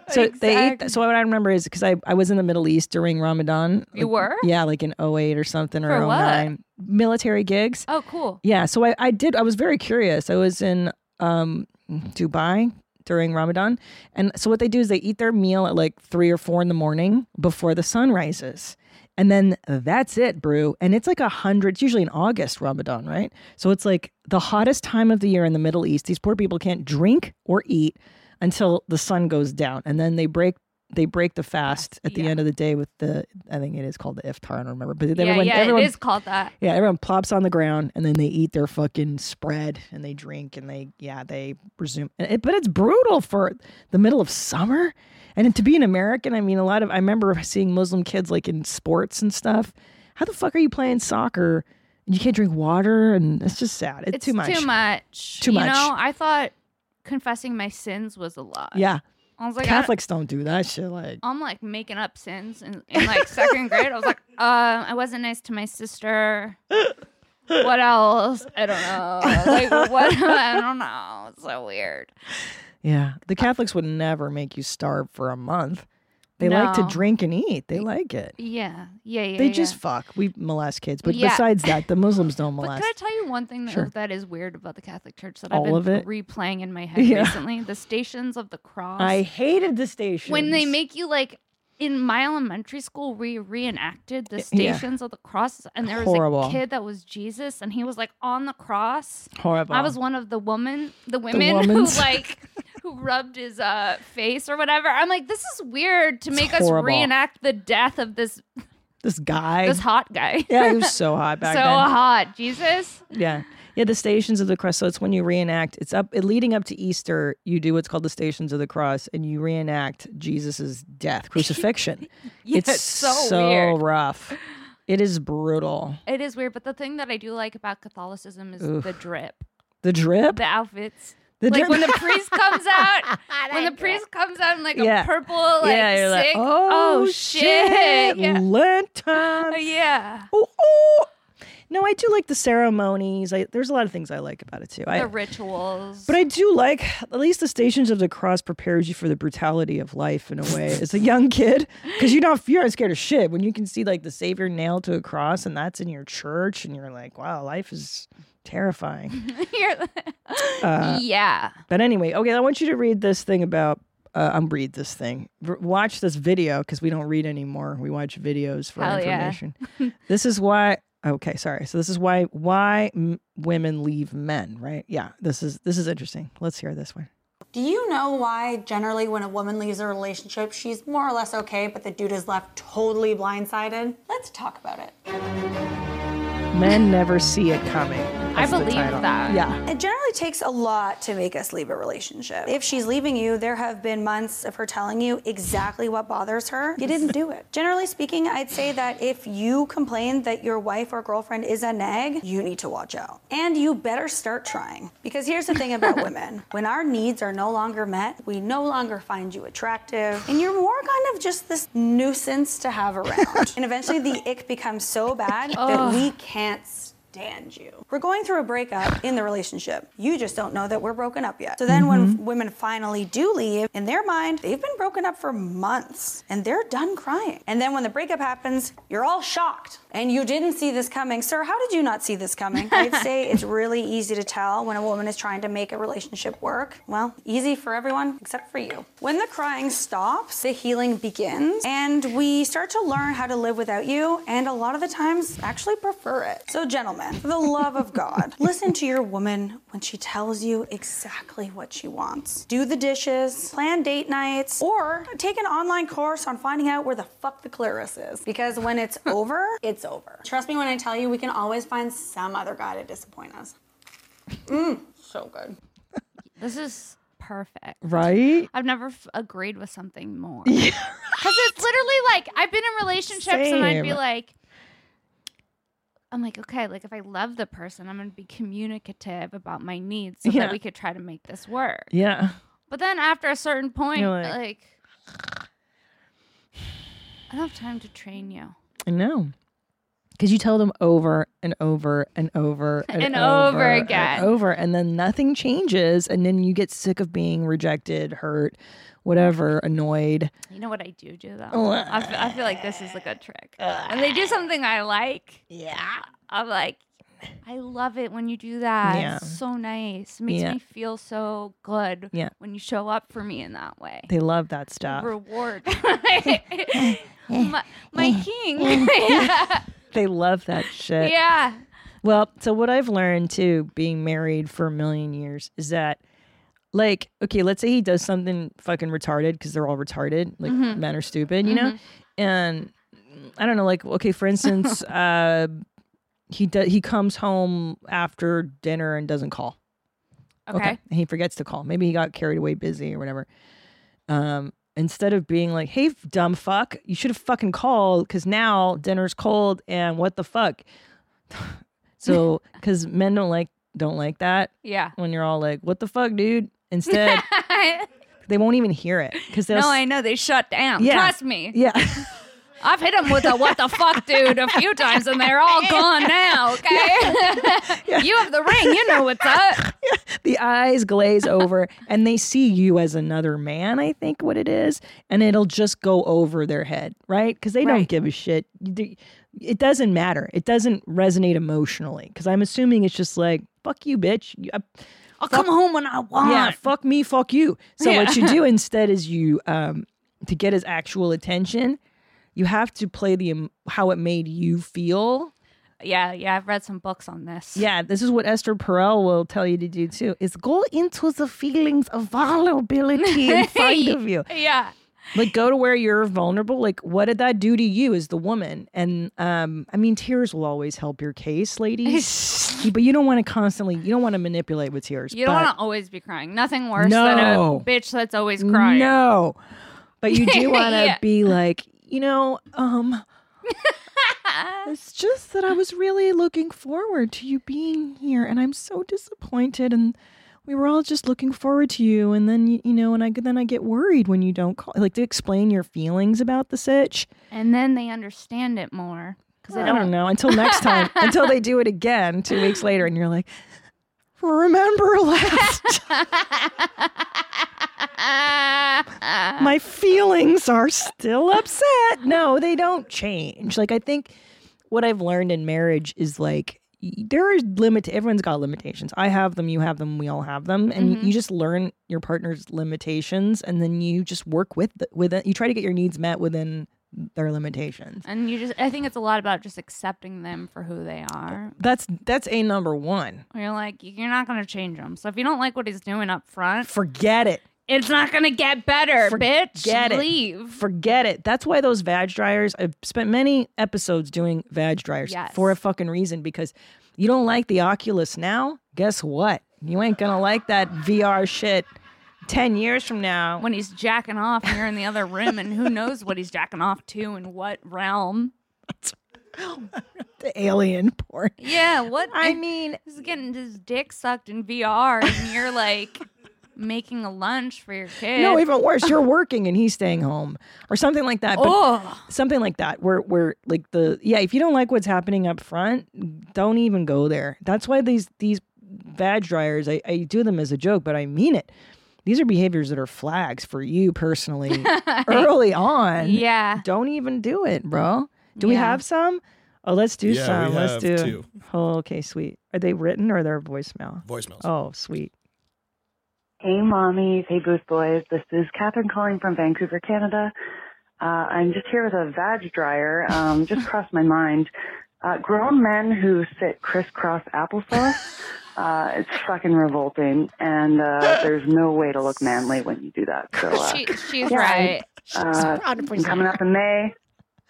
So they ate.
Exactly.
Th- so what I remember is because I, I was in the Middle East during Ramadan.
You
like-
were?
Yeah, like in 08 or something or
For what?
09. Military gigs.
Oh, cool.
Yeah. So I, I did. I was very curious. I was in um, Dubai during Ramadan, and so what they do is they eat their meal at like three or four in the morning before the sun rises. And then that's it, brew. And it's like a hundred. It's usually in August, Ramadan, right? So it's like the hottest time of the year in the Middle East. These poor people can't drink or eat until the sun goes down, and then they break they break the fast at the
yeah.
end of the day with the I think it is called the iftar. I don't remember, but
Yeah,
everyone
yeah,
everyone
it is called that.
yeah everyone plops on the ground and then they eat their fucking spread and they drink and they yeah they resume. and It, but it's brutal for the middle of summer. And to be an American, I mean, a lot of I remember seeing Muslim kids like in sports and stuff. How the fuck are you playing soccer? and You can't drink water, and it's just sad. It's,
It's
too much.
Too much.
Too much.
You know, I thought confessing my sins was a lot.
Yeah,
I was like, I,
Catholics don't do that shit. Like,
I'm like making up sins in, in like second grade. I
*laughs*
was like, uh, I wasn't nice to my sister. What else? I don't know. Like what? *laughs* I don't know. It's so weird.
Yeah. The Catholics would never make you starve for a month. They like to
No.
drink and eat. They like it.
Yeah, yeah, yeah.
They
yeah.
just fuck. We molest kids. But
Yeah.
besides that, the Muslims don't
*laughs* But
molest.
could I tell you one thing that,
Sure.
that is weird about the Catholic Church that
All
I've
of
been
it?
replaying
*laughs*
in my head
Yeah.
recently? The Stations of the Cross.
I hated the station.
when they make you like in my elementary school we reenacted the
yeah.
stations of the cross and there was
Horrible.
a kid that was jesus and he was like on the cross
horrible.
i was one of the woman the women who
womans.
like who rubbed his uh face or whatever i'm like this is weird to make us
horrible.
reenact the death of this
this guy.
this hot guy
*laughs*
*laughs*
yeah, he was so hot
so
back then.
hot jesus
Yeah. Yeah, the Stations of the Cross. So it's when you reenact. It's up leading up to Easter. You do what's called the Stations of the Cross, and you reenact Jesus's
*laughs*
death, crucifixion.
Yeah,
it's
it's so
so
weird.
rough. It is brutal.
it is weird but the thing that i do like about catholicism is the drip
The drip.
the outfits
The
like
drip.
when the priest comes
*laughs*
out, when the priest comes out in like
Yeah.
a purple, like
yeah, you're like,
sick-
oh, shit,
yeah,
Lent time.
yeah.
Oh, oh. No, I do like the ceremonies. I, there's a lot of things I like about it too. I,
the rituals.
but I do like at least the Stations of the Cross prepares you for the brutality of life in a way as a young kid because you don't you're not scared of shit when you can see like the Savior nailed to a cross and that's in your church and you're like, wow, life is terrifying.
*laughs* You're-
Uh,
yeah,
but anyway, okay, I want you to read this thing about. Uh, um, read this thing. R- watch this video because we don't read anymore. We watch videos for
Hell yeah.
information.
*laughs*
this is why. Okay, sorry. So this is why why m- women leave men, right? Yeah. This is this is interesting. Let's hear this one.
Do you know why generally when a woman leaves a relationship, she's more or less okay, but the dude is left totally blindsided? Let's talk about it.
Men never see it coming. That's the
believe
title.
that.
Yeah.
It generally takes a lot to make us leave a relationship. If she's leaving you, there have been months of her telling you exactly what bothers her. You didn't do it. Generally speaking, I'd say that if you complain that your wife or girlfriend is a nag, you need to watch out. And you better start trying. Because here's the thing about women when our needs are no longer met, we no longer find you attractive, and you're more kind of just this nuisance to have around. and eventually, the ick becomes so bad that we can't stand you. We're going through a breakup in the relationship. You just don't know that we're broken up yet. So then when women finally do leave, in their mind, they've been broken up for months *laughs* and they're done crying. And then when the breakup happens, you're all shocked and you didn't see this coming. Sir, how did you not see this coming? I'd say it's really easy to tell when a woman is trying to make a relationship work. Well, easy for everyone except for you. When the crying stops, the healing begins and we start to learn how to live without you and a lot of the times actually prefer it. So gentlemen, for the love of God, listen to your woman when she tells you exactly what she wants. Do the dishes, plan date nights, or take an online course on finding out where the fuck the clitoris is because
*laughs*
when it's over, it's over. Trust me when I tell you we can always find some other guy to disappoint us.
Mm.
Mmm, so good.
this is perfect.
Right.
I've never f- agreed with something more.
*laughs*
Because it's literally like I've been in relationships and I'd be
Same.
like, I'm like, okay, like if I love the person, I'm gonna be communicative about my needs so
Yeah.
that we could try to make this work.
Yeah.
But then after a certain point,
You're like-
like, I don't have time to train you.
I know. Because you tell them over and over and *laughs* over and,
And over
and
again.
over, and then nothing changes, and then you get sick of being rejected, hurt, whatever, annoyed.
You know what I do do though? I fe- I feel like this is a good trick. When they do something I like, yeah, I'm like, I love it when you do that.
Yeah.
It's so nice. It makes
Yeah.
me feel so good
Yeah.
when you show up for me in that way.
They love that stuff. *laughs*
Reward. *laughs* my, my
*laughs*
king. *laughs*
They love that shit.
yeah.
Well, so what I've learned too, being married for a million years, is that like okay let's say he does something fucking retarded because they're all retarded like men are stupid you know and mm, i don't know like okay for instance uh he does he comes home after dinner and doesn't call
Okay.
and he forgets to call maybe he got carried away busy or whatever um instead of being like hey f- dumb fuck you should have fucking called because now dinner's cold and what the fuck *laughs* so
*laughs*
because men don't like don't like that
Yeah. *laughs*
when you're all like, "What the fuck, dude?" Instead, they won't even hear it because they'll. s-
no, I know they shut down.
Yeah.
Trust me.
yeah,
I've hit them with a what the fuck, dude, a few times, and they're all gone now. Okay. you have the ring. You know what's up.
the eyes glaze
*laughs*
over, and they see you as another man. I think what it is, and it'll just go over their head, right? Because they don't
Right.
give a shit. You do- It doesn't matter. It doesn't resonate emotionally because I'm assuming it's just like, "Fuck you, bitch." You- I-
I'll come home when I want.
yeah, fuck me, fuck you. So what
Yeah.
you
*laughs*
do instead is you um to get his actual attention, you have to play the em- how it made you feel.
Yeah. Yeah. I've read some books on this.
Yeah, this is what Esther Perel will tell you to do too. Is go into the feelings of vulnerability
*laughs*
inside of you.
Yeah.
Like go to where you're vulnerable. Like what did that do to you as the woman? And um, I mean, tears will always help your case, ladies.
*laughs*
but you don't want to constantly. You don't want to manipulate with tears.
You don't
but-
want to always be crying. Nothing worse
No.
than a bitch that's always crying.
No. But you
*laughs*
do want to
Yeah.
be like, you know,
*laughs*
um it's just that I was really looking forward to you being here and I'm so disappointed and we were all just looking forward to you and then you, you know and I then I get worried when you don't call like to explain your feelings about the sitch.
And then they understand it more. Because
I *laughs* don't know until next time until they do it again 2 weeks later and you're like remember *laughs* last *laughs* my feelings are still upset. No, they don't change. Like I think what I've learned in marriage is like y- there are limit. Everyone's got limitations. I have them. You have them. We all have them. And you just learn your partner's limitations, and then you just work with the, with it. You try to get your needs met within their limitations.
and you just, I think it's a lot about just accepting them for who they are.
That's that's a number one.
You're like, you're not going to change him. So if you don't like what he's doing up front,
Forget it.
it's not going to get better, bitch.
Forget it.
Leave.
Forget it. That's why those vag dryers, I've spent many episodes doing vag dryers
Yes.
for a fucking reason because you don't like the Oculus now. Guess what? You ain't gonna like that VR shit 10 years from now.
When he's jacking off and you're in the other room and who knows what he's jacking off to and what realm.
the alien porn.
Yeah, what?
I
*laughs*
mean,
he's getting his dick sucked in VR and you're like making a lunch for your kid.
no, even worse, you're working and he's staying home or something like that. But
oh,
something like that where where like the yeah if you don't like what's happening up front don't even go there that's why these these badge dryers I, I do them as a joke but i mean it these are behaviors that are flags for you
*laughs*
personally early on
yeah.
don't even do it bro do we
Yeah.
have some oh let's do
Yeah,
some
we
let's
have
do
two.
oh okay sweet are they written or they're voicemail
Voicemails.
oh sweet
Hey, mommies. Hey, Booth Boys. This is Catherine calling from Vancouver, Canada. Uh, I'm just here with a vag dryer. Um, just crossed my mind. Uh, grown men who sit crisscross applesauce. Uh, it's fucking revolting, and uh, there's no way to look manly when you do that. So, uh,
She, she's
Yeah.
right.
uh, I'm coming up in May.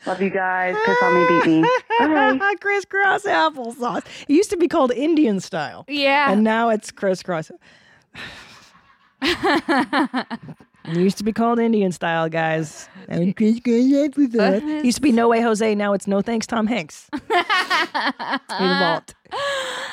Love you guys. Piss on me, beat me. Bye.
*laughs* crisscross applesauce it used to be called indian style
Yeah.
and now it's
*laughs*
crisscross. it used to be called Indian style, guys.
*laughs*
And crisscross applesauce. It used to be No Way Jose. Now it's No Thanks Tom
*laughs*
Hanks. Revolt.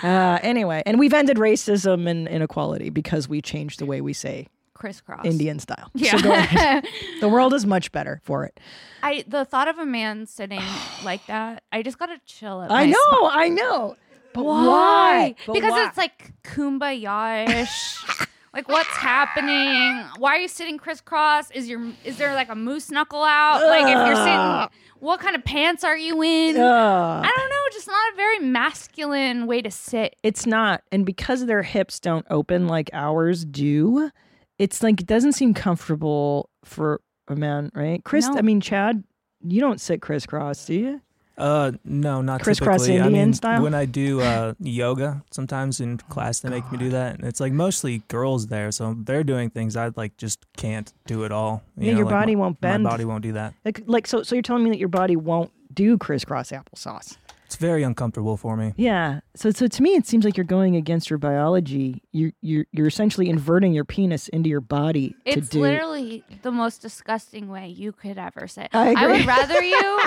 Uh, anyway, and we've ended racism and inequality because we changed the way we say
crisscross.
Indian style.
Yeah.
So go ahead. the world is much better for it.
*laughs* I the thought of a man sitting like that, I just gotta chill. At
I
my
know,
spot.
I know. But why?
Why?
But
because
why?
it's like
*laughs*
kumbaya-ish. like what's happening? Why are you sitting crisscross? Is your is there like a moose knuckle out? Like if you're sitting, what kind of pants are you in?
Ugh.
I don't know. Just not a very masculine way to sit.
It's not. And because their hips don't open like ours do, it's like it doesn't seem comfortable for a man, right? Chris,
No.
I mean, Chad, you don't sit crisscross, do you?
Uh, no, not
Crisscross
typically. I
Indian
mean,
style?
When I do uh, yoga, sometimes in class they make me do that, and it's like mostly girls there, so they're doing things I like just can't do at all. You
Yeah,
know,
your
like,
body
my-
won't bend.
My body won't do that.
Like, like so, so you're telling me that your body won't do crisscross applesauce.
It's very uncomfortable for me.
Yeah. So, so to me, it seems like you're going against your biology. You're you're you're essentially inverting your penis into your body
It's
to do.
literally the most disgusting way you could ever say.
I agree.
would rather
*laughs*
you.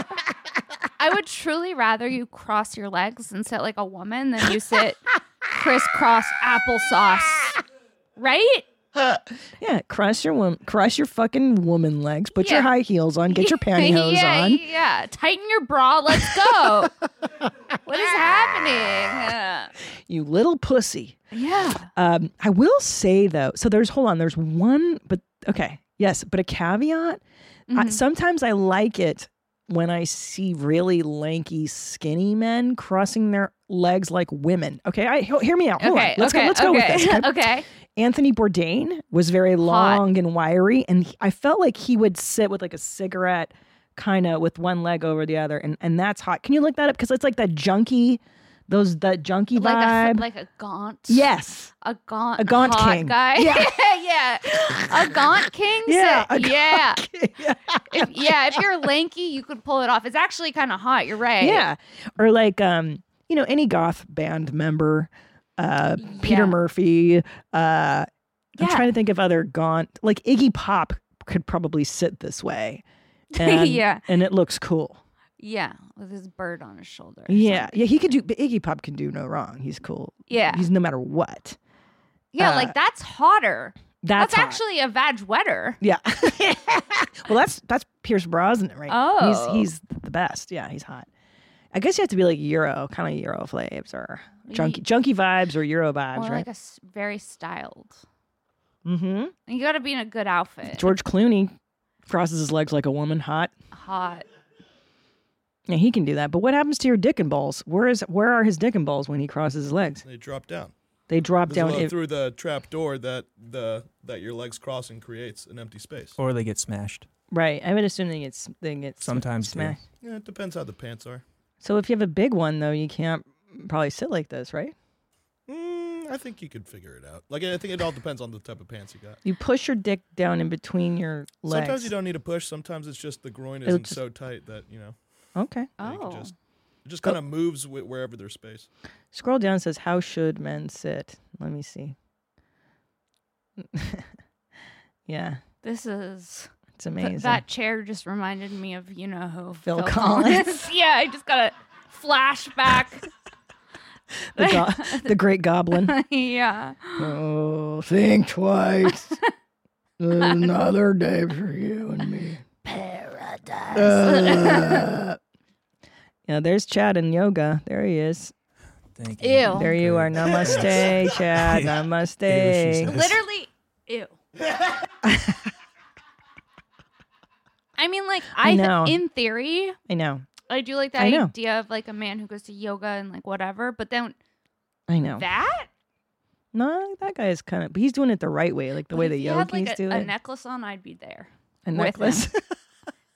I would truly rather you cross your legs and sit like a woman than you sit crisscross applesauce, right?
yeah, cross your woman, cross your fucking woman legs. Put your
Yeah.
high heels on.
*laughs*
Get your pantyhose
yeah,
on.
Yeah, tighten your bra.
*laughs*
Let's go. what is happening?
You little pussy.
Yeah.
Um, I will say though, so there's hold on, there's one, but okay, yes, but a caveat. I,
Mhm.
sometimes I like it when I see really lanky, skinny men crossing their legs like women. Okay, I he- hear me out. Hold
okay.
on, let's
okay.
go. Let's go with
okay.
this.
*laughs* okay.
Anthony Bourdain was very long and wiry, and he- I felt like he would sit with like a cigarette, kind of with one leg over the other, and and that's hot. Can you look that up? Because it's like that junkie, those that junkie
Like a
vibe.
like a gaunt.
yes.
A gaunt.
A gaunt
hot
king.
guy.
Yeah.
*laughs* yeah. A gaunt king.
*laughs* Yeah,
set.
a gaunt *laughs*
yeah. if, yeah. If you're lanky, you could pull it off. It's actually kind of hot. You're right.
Yeah. Or like um, you know, any goth band member, uh Peter
Yeah.
Murphy, uh I'm
Yeah.
trying to think of other gaunt like Iggy Pop could probably sit this way. And,
*laughs* Yeah.
And it looks cool.
Yeah. With his bird on his shoulder.
Yeah. Yeah, he could do but Iggy Pop can do no wrong. He's cool.
Yeah.
He's no matter what.
Yeah.
Uh,
like that's hotter.
That's, hot.
actually a vag wetter.
Yeah.
*laughs*
well, that's that's Pierce Brosnan, right?
Oh.
He's he's the best. Yeah, he's hot. I guess you have to be like Euro, kind of Euro flaves or junkie junkie vibes or Euro vibes,
Or
right?
like a s- very styled.
mm-hmm.
You got to be in a good outfit.
George Clooney crosses his legs like a woman, hot.
Hot.
Yeah, he can do that. But what happens to your dick and balls? Where is where are his dick and balls when he crosses his legs?
They drop down.
They drop
There's a
down.
little-
If,
through the trap door that the that your legs crossing creates an empty space.
Or they get smashed.
right. I would assume they get they get sm-
Sometimes do.
smashed.
Yeah, it depends how the pants are.
So if you have a big one though, you can't probably sit like this, right?
Mm, I think you could figure it out. Like I think it all depends on the type of pants you got.
You push your dick down in between your legs.
Sometimes you don't need a push. Sometimes it's just the groin
It'll
isn't
just-
so tight that you know
Okay.
you can
Oh.
just it just kind of moves wi- wherever there's space.
Scroll down it says how should men sit? Let me see. *laughs* yeah,
This is.
it's
th-
amazing.
that chair just reminded me of, you know who?
Phil Collins.
*laughs* yeah. I just got
*laughs*
a flashback. *laughs*
the, go- *laughs* the great goblin.
yeah.
Oh, think
*laughs*
twice. Another day for you and me.
*laughs*
Paradise. yeah, there's Chad in yoga. There he is.
Thank you.
Ew.
There you
*laughs*
are. Namaste, Chad. Namaste.
said.
Literally,
*laughs*
ew. I mean, like I, th-
know.
in theory,
I know.
I do like the
I know.
idea of like a man who goes to yoga and like whatever, but then
I know.
that
No, that guy is kind of, but he's doing it the right way, like the
But
way
if
the
he
yogis
had, like, a,
do
a
it.
necklace on, I'd be there.
A
with
necklace.
*laughs*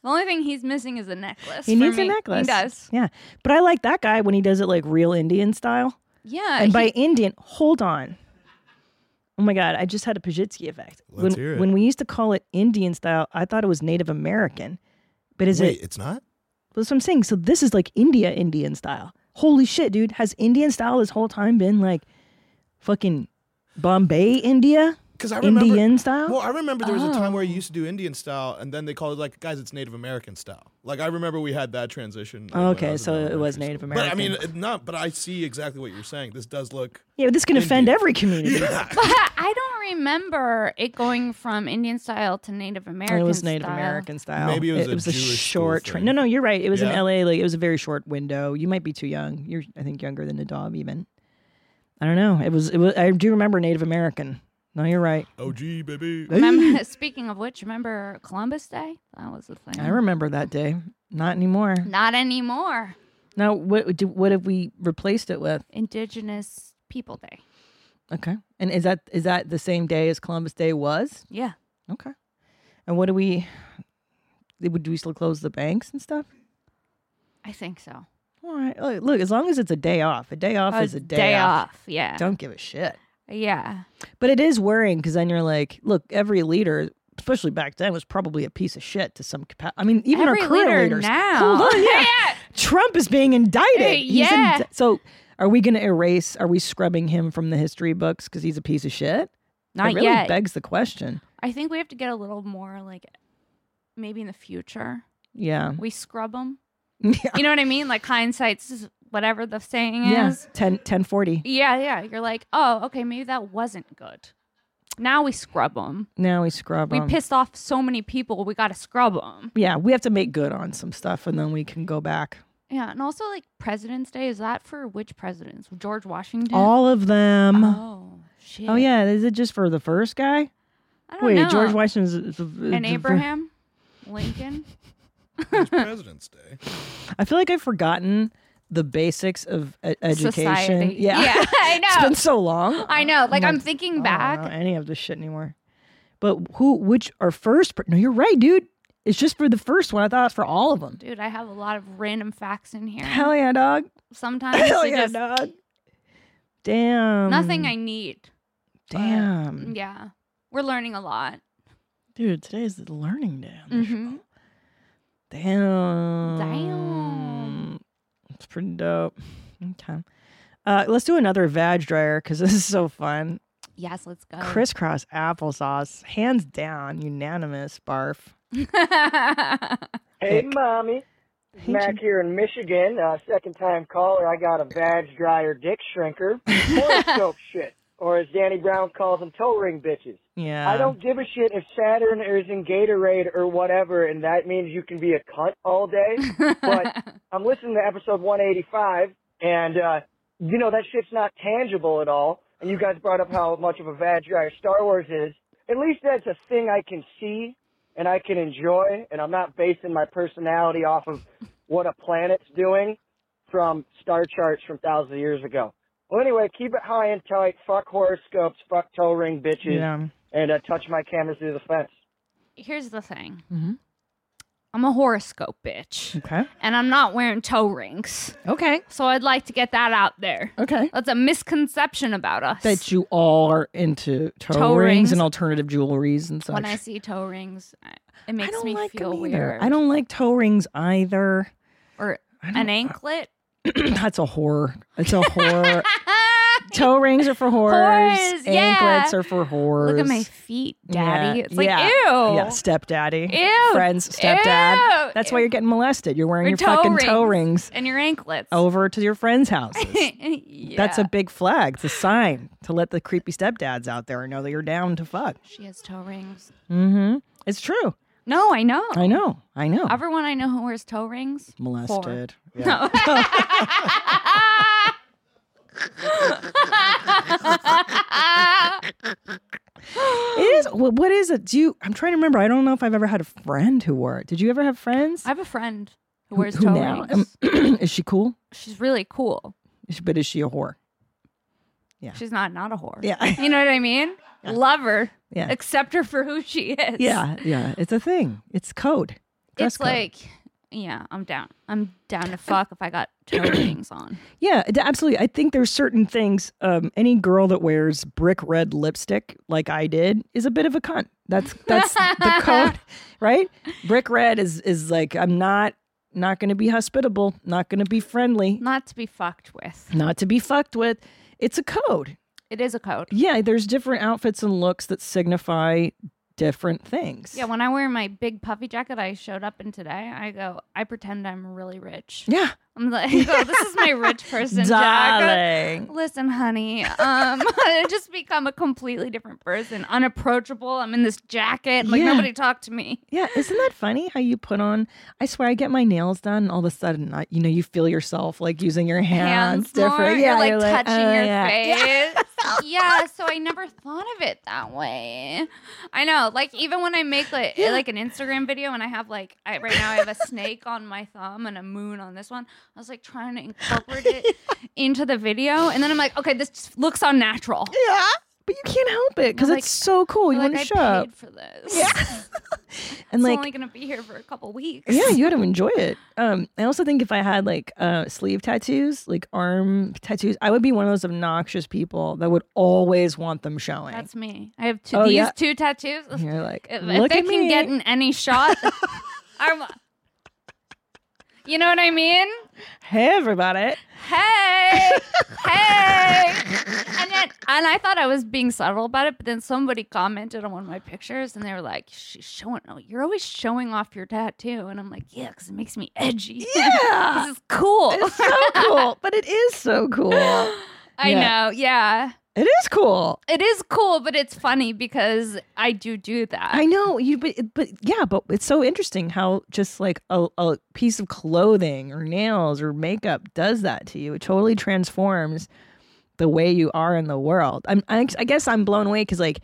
The only thing he's missing is a necklace.
he
for
needs a
me.
necklace.
He does.
Yeah. But I like that guy when he does it like real Indian style.
Yeah.
and by
Uh, he-
Indian, hold on. Oh my God, I just had a Pajitsky effect.
Let's
when,
hear it.
when we used to call it Indian style, I thought it was Native American. But is
Wait,
it?
it's not.
That's what I'm saying. So this is like India Indian style. Holy shit, dude. Has Indian style this whole time been like fucking Bombay India?
Because I remember.
Indian style? Oh.
Well, I remember there was a time where you used to do Indian style, and then they called it like, guys, it's Native American style. Like I remember we had that transition. like, when I
Okay,
was in
so it
elementary
was Native
school. But I mean,
American.
it- not. But I see exactly what you're saying. This does
*laughs*
look. *laughs*
yeah, this can offend
Indian.
every community.
*laughs* but I don't remember it going from Indian style to Native
*laughs*
American.
Oh, It was Native
style.
American style.
Maybe it was a Jewish school
short train.
thing.
No, no, you're right. It was
Yeah.
in LA. Like it was a very short window. You might be too young. You're, I think, younger than Nadav even. I don't know. It was. It was. I do remember Native American. No, you're right.
OG
*laughs*
baby.
Remember, *laughs* speaking of which, remember Columbus Day? That was the thing.
I remember that day. Not anymore.
Not anymore.
Now, what do, what have we replaced it with?
Indigenous People Day.
Okay, and is that is that the same day as Columbus Day was?
Yeah.
Okay, and what do we? Would we still close the banks and stuff?
I think so.
All right. Look, look, as long as it's a day off, a day off
A
is a day,
day
off.
off, yeah.
Don't give a shit.
Yeah.
But it is worrying because then you're like, look, every leader, especially back then, was probably a piece of shit to some capacity. I mean, even
Every
our current
leader
leaders.
now.
*laughs* Hold
*laughs*
on, yeah. Trump is being indicted.
Uh,
He's
yeah.
indi- so are we going to erase? Are we scrubbing him from the history books because he's a piece of shit?
Not
it really
yet.
Begs the question.
I think we have to get a little more like maybe in the future.
Yeah.
We scrub them.
Yeah.
You know what I mean? Like hindsight's is whatever the saying
yeah.
is.
10, 1040.
Yeah, yeah. You're like, oh, okay, maybe that wasn't good. Now we scrub them.
Now we scrub
We
him.
pissed off so many people. We got to scrub them.
Yeah, we have to make good on some stuff and then we can go back.
Yeah, and also like President's Day is that for which presidents? George Washington.
All of them.
Oh shit.
Oh yeah, is it just for the first guy?
I don't
Wait,
know.
George Washington is- is- is-
And Abraham Lincoln.
It's President's Day.
I feel like I've forgotten the basics of e- *laughs* education.
Society.
Yeah,
Yeah, *laughs* I
*laughs* it's
know.
been Oh, so long.
I know. Like
I'm
I'm
like,
thinking
I don't
back.
know any of this shit anymore. But who? Which are first? per- No, you're right, dude. It's just for the first one. I thought it's for all of them.
Dude, I have a lot of random facts in here.
Hell yeah, dog. *laughs*
Sometimes
Hell
it
yeah,
just-
dog. Um, Damn.
nothing I need. but-
Damn.
Yeah. We're learning a lot.
Dude, today is the learning day. on this
Mhm.
Damn.
Damn.
It's pretty dope. Okay. Uh, let's do another vag dryer because *laughs* this is so fun.
Yes, let's go.
Crisscross applesauce, hands down, unanimous barf.
Hey,
Dick.
mommy.
Hey,
Mac
Jim.
here in Michigan. Uh, second time caller. I got a badge dryer dick shrinker. Porn soap
*laughs*
shit. Or as Danny Brown calls them, toe ring bitches.
Yeah.
I don't give a shit if Saturn is in Gatorade or whatever, and that means you can be a cunt all day.
*laughs*
but I'm listening to episode 185, and uh, you know that shit's not tangible at all. And you guys brought up how much of a vag dryer Star Wars is. At least that's a thing I can see and I can enjoy, and I'm not basing my personality off of what a planet's doing from star charts from thousands of years ago. Well, anyway, keep it high and tight. Fuck horoscopes. Fuck toe ring bitches
Yeah.
and uh, touch my camera through the fence.
Here's the thing.
Mhm.
I'm a horoscope bitch.
Okay.
And I'm not wearing toe rings.
Okay.
So I'd like to get that out there.
Okay.
That's a misconception about us.
That you all are into toe,
Toe
rings,
rings.
and alternative jewelries and such.
when I see toe rings, I- it
I
makes
don't
me
like
feel
them either.
weird.
I don't like toe rings
*clears throat*
either.
or
I
an
don't-
anklet.
That's a horror. It's a
*laughs*
horror. *laughs* toe rings are for whores.
Whores, yeah.
Anklets are for whores.
*laughs* Look at my feet, daddy.
Yeah,
It's like
yeah,
ew.
Yeah, stepdaddy.
Ew.
Friends, stepdad.
Ew.
That's why you're getting molested. You're wearing
Or
your fucking toe rings
and your anklets.
over to your friends' houses.
*laughs* yeah.
Oh. That's a big flag. It's a sign to let the creepy stepdads out there know that you're down to fuck.
She has toe rings.
Mm-hmm. It's true.
No, I know.
I know. I know.
Everyone I know who wears toe rings. whore.
Molested. Yeah.
No. Ah! *laughs*
It is. wh- What is it? Do you? I'm trying to remember. I don't know if I've ever had a friend who wore it. Did you ever have friends?
I have a friend who wears
who
toe
now?
rings.
Um, *clears throat* is she cool?
She's really cool.
Is- But is she a whore? Yeah.
She's not not a whore. *laughs*
Yeah.
You know what I mean? Love her.
Yeah.
Accept her for who she is.
Yeah. Yeah. It's a thing. It's code. Dress
it's
code.
like, yeah, I'm down. I'm down to fuck if I got
*clears throat*
toe rings on.
Yeah, d- absolutely. I think there's certain things. Um, any girl that wears brick red lipstick, like I did, is a bit of a cunt. That's that's
*laughs*
the code, right? Brick red is is like I'm not not going to be hospitable, not going to be friendly,
Not to be fucked with.
not to be fucked with. It's a code.
It is a code.
Yeah, there's different outfits and looks that signify different things.
Yeah, when I wear my big puffy jacket I showed up in today, I go, I pretend I'm really rich.
yeah,
I'm like, *laughs* I go, this is
*laughs*
my rich person jacket.
darling.
Listen, honey, um, *laughs* I just become a completely different person, unapproachable. I'm in this jacket. Like,
Yeah.
nobody talked to me.
Yeah, isn't that funny how you put on? I swear, I get my nails done, and all of a sudden, I, you know, you feel yourself like using your hands,
hands more.
different.
You're like touching
oh,
your
yeah. *laughs*
face. Yeah. so I never thought of it that way. I know. Like even when I make like like an Instagram video and I have like I, right now I have a snake on my thumb and a moon on this one. I was like trying to
*laughs*
incorporate it into the video and then I'm like, okay, this just looks unnatural.
Yeah, but you can't help it because
Like-
it's so cool. You
like
want
I
to show up.
*laughs* paid for this. Yeah. it's
and like
only gonna be here for a couple weeks.
yeah, you got to enjoy it. Um, I also think if I had like uh, sleeve tattoos, like arm tattoos, I would be one of those obnoxious people that would always want them showing.
That's me. I have two
Oh,
these
yeah.
two tattoos.
And you're like,
*laughs* If, if
look
they
at
can
me.
get in
*laughs*
any shot, I'm, *laughs* you know what I mean?
hey, everybody. *laughs*
Hey, hey, and then and I thought I was being subtle about it, but then somebody commented on one of my pictures, and they were like, "She's showing. Oh, you're always showing off your tattoo," and I'm like, "Yeah, because it makes me edgy. *laughs*
Yeah.
this is cool.
It's *laughs* so cool, but it is so cool.
*laughs* I
Yeah.
know. Yeah."
It is cool.
It is cool, but it's funny because I do do that.
I know you, but but yeah, but it's so interesting how just like a, a piece of clothing or nails or makeup does that to you. It totally transforms the way you are in the world. I'm I, I guess I'm blown away because like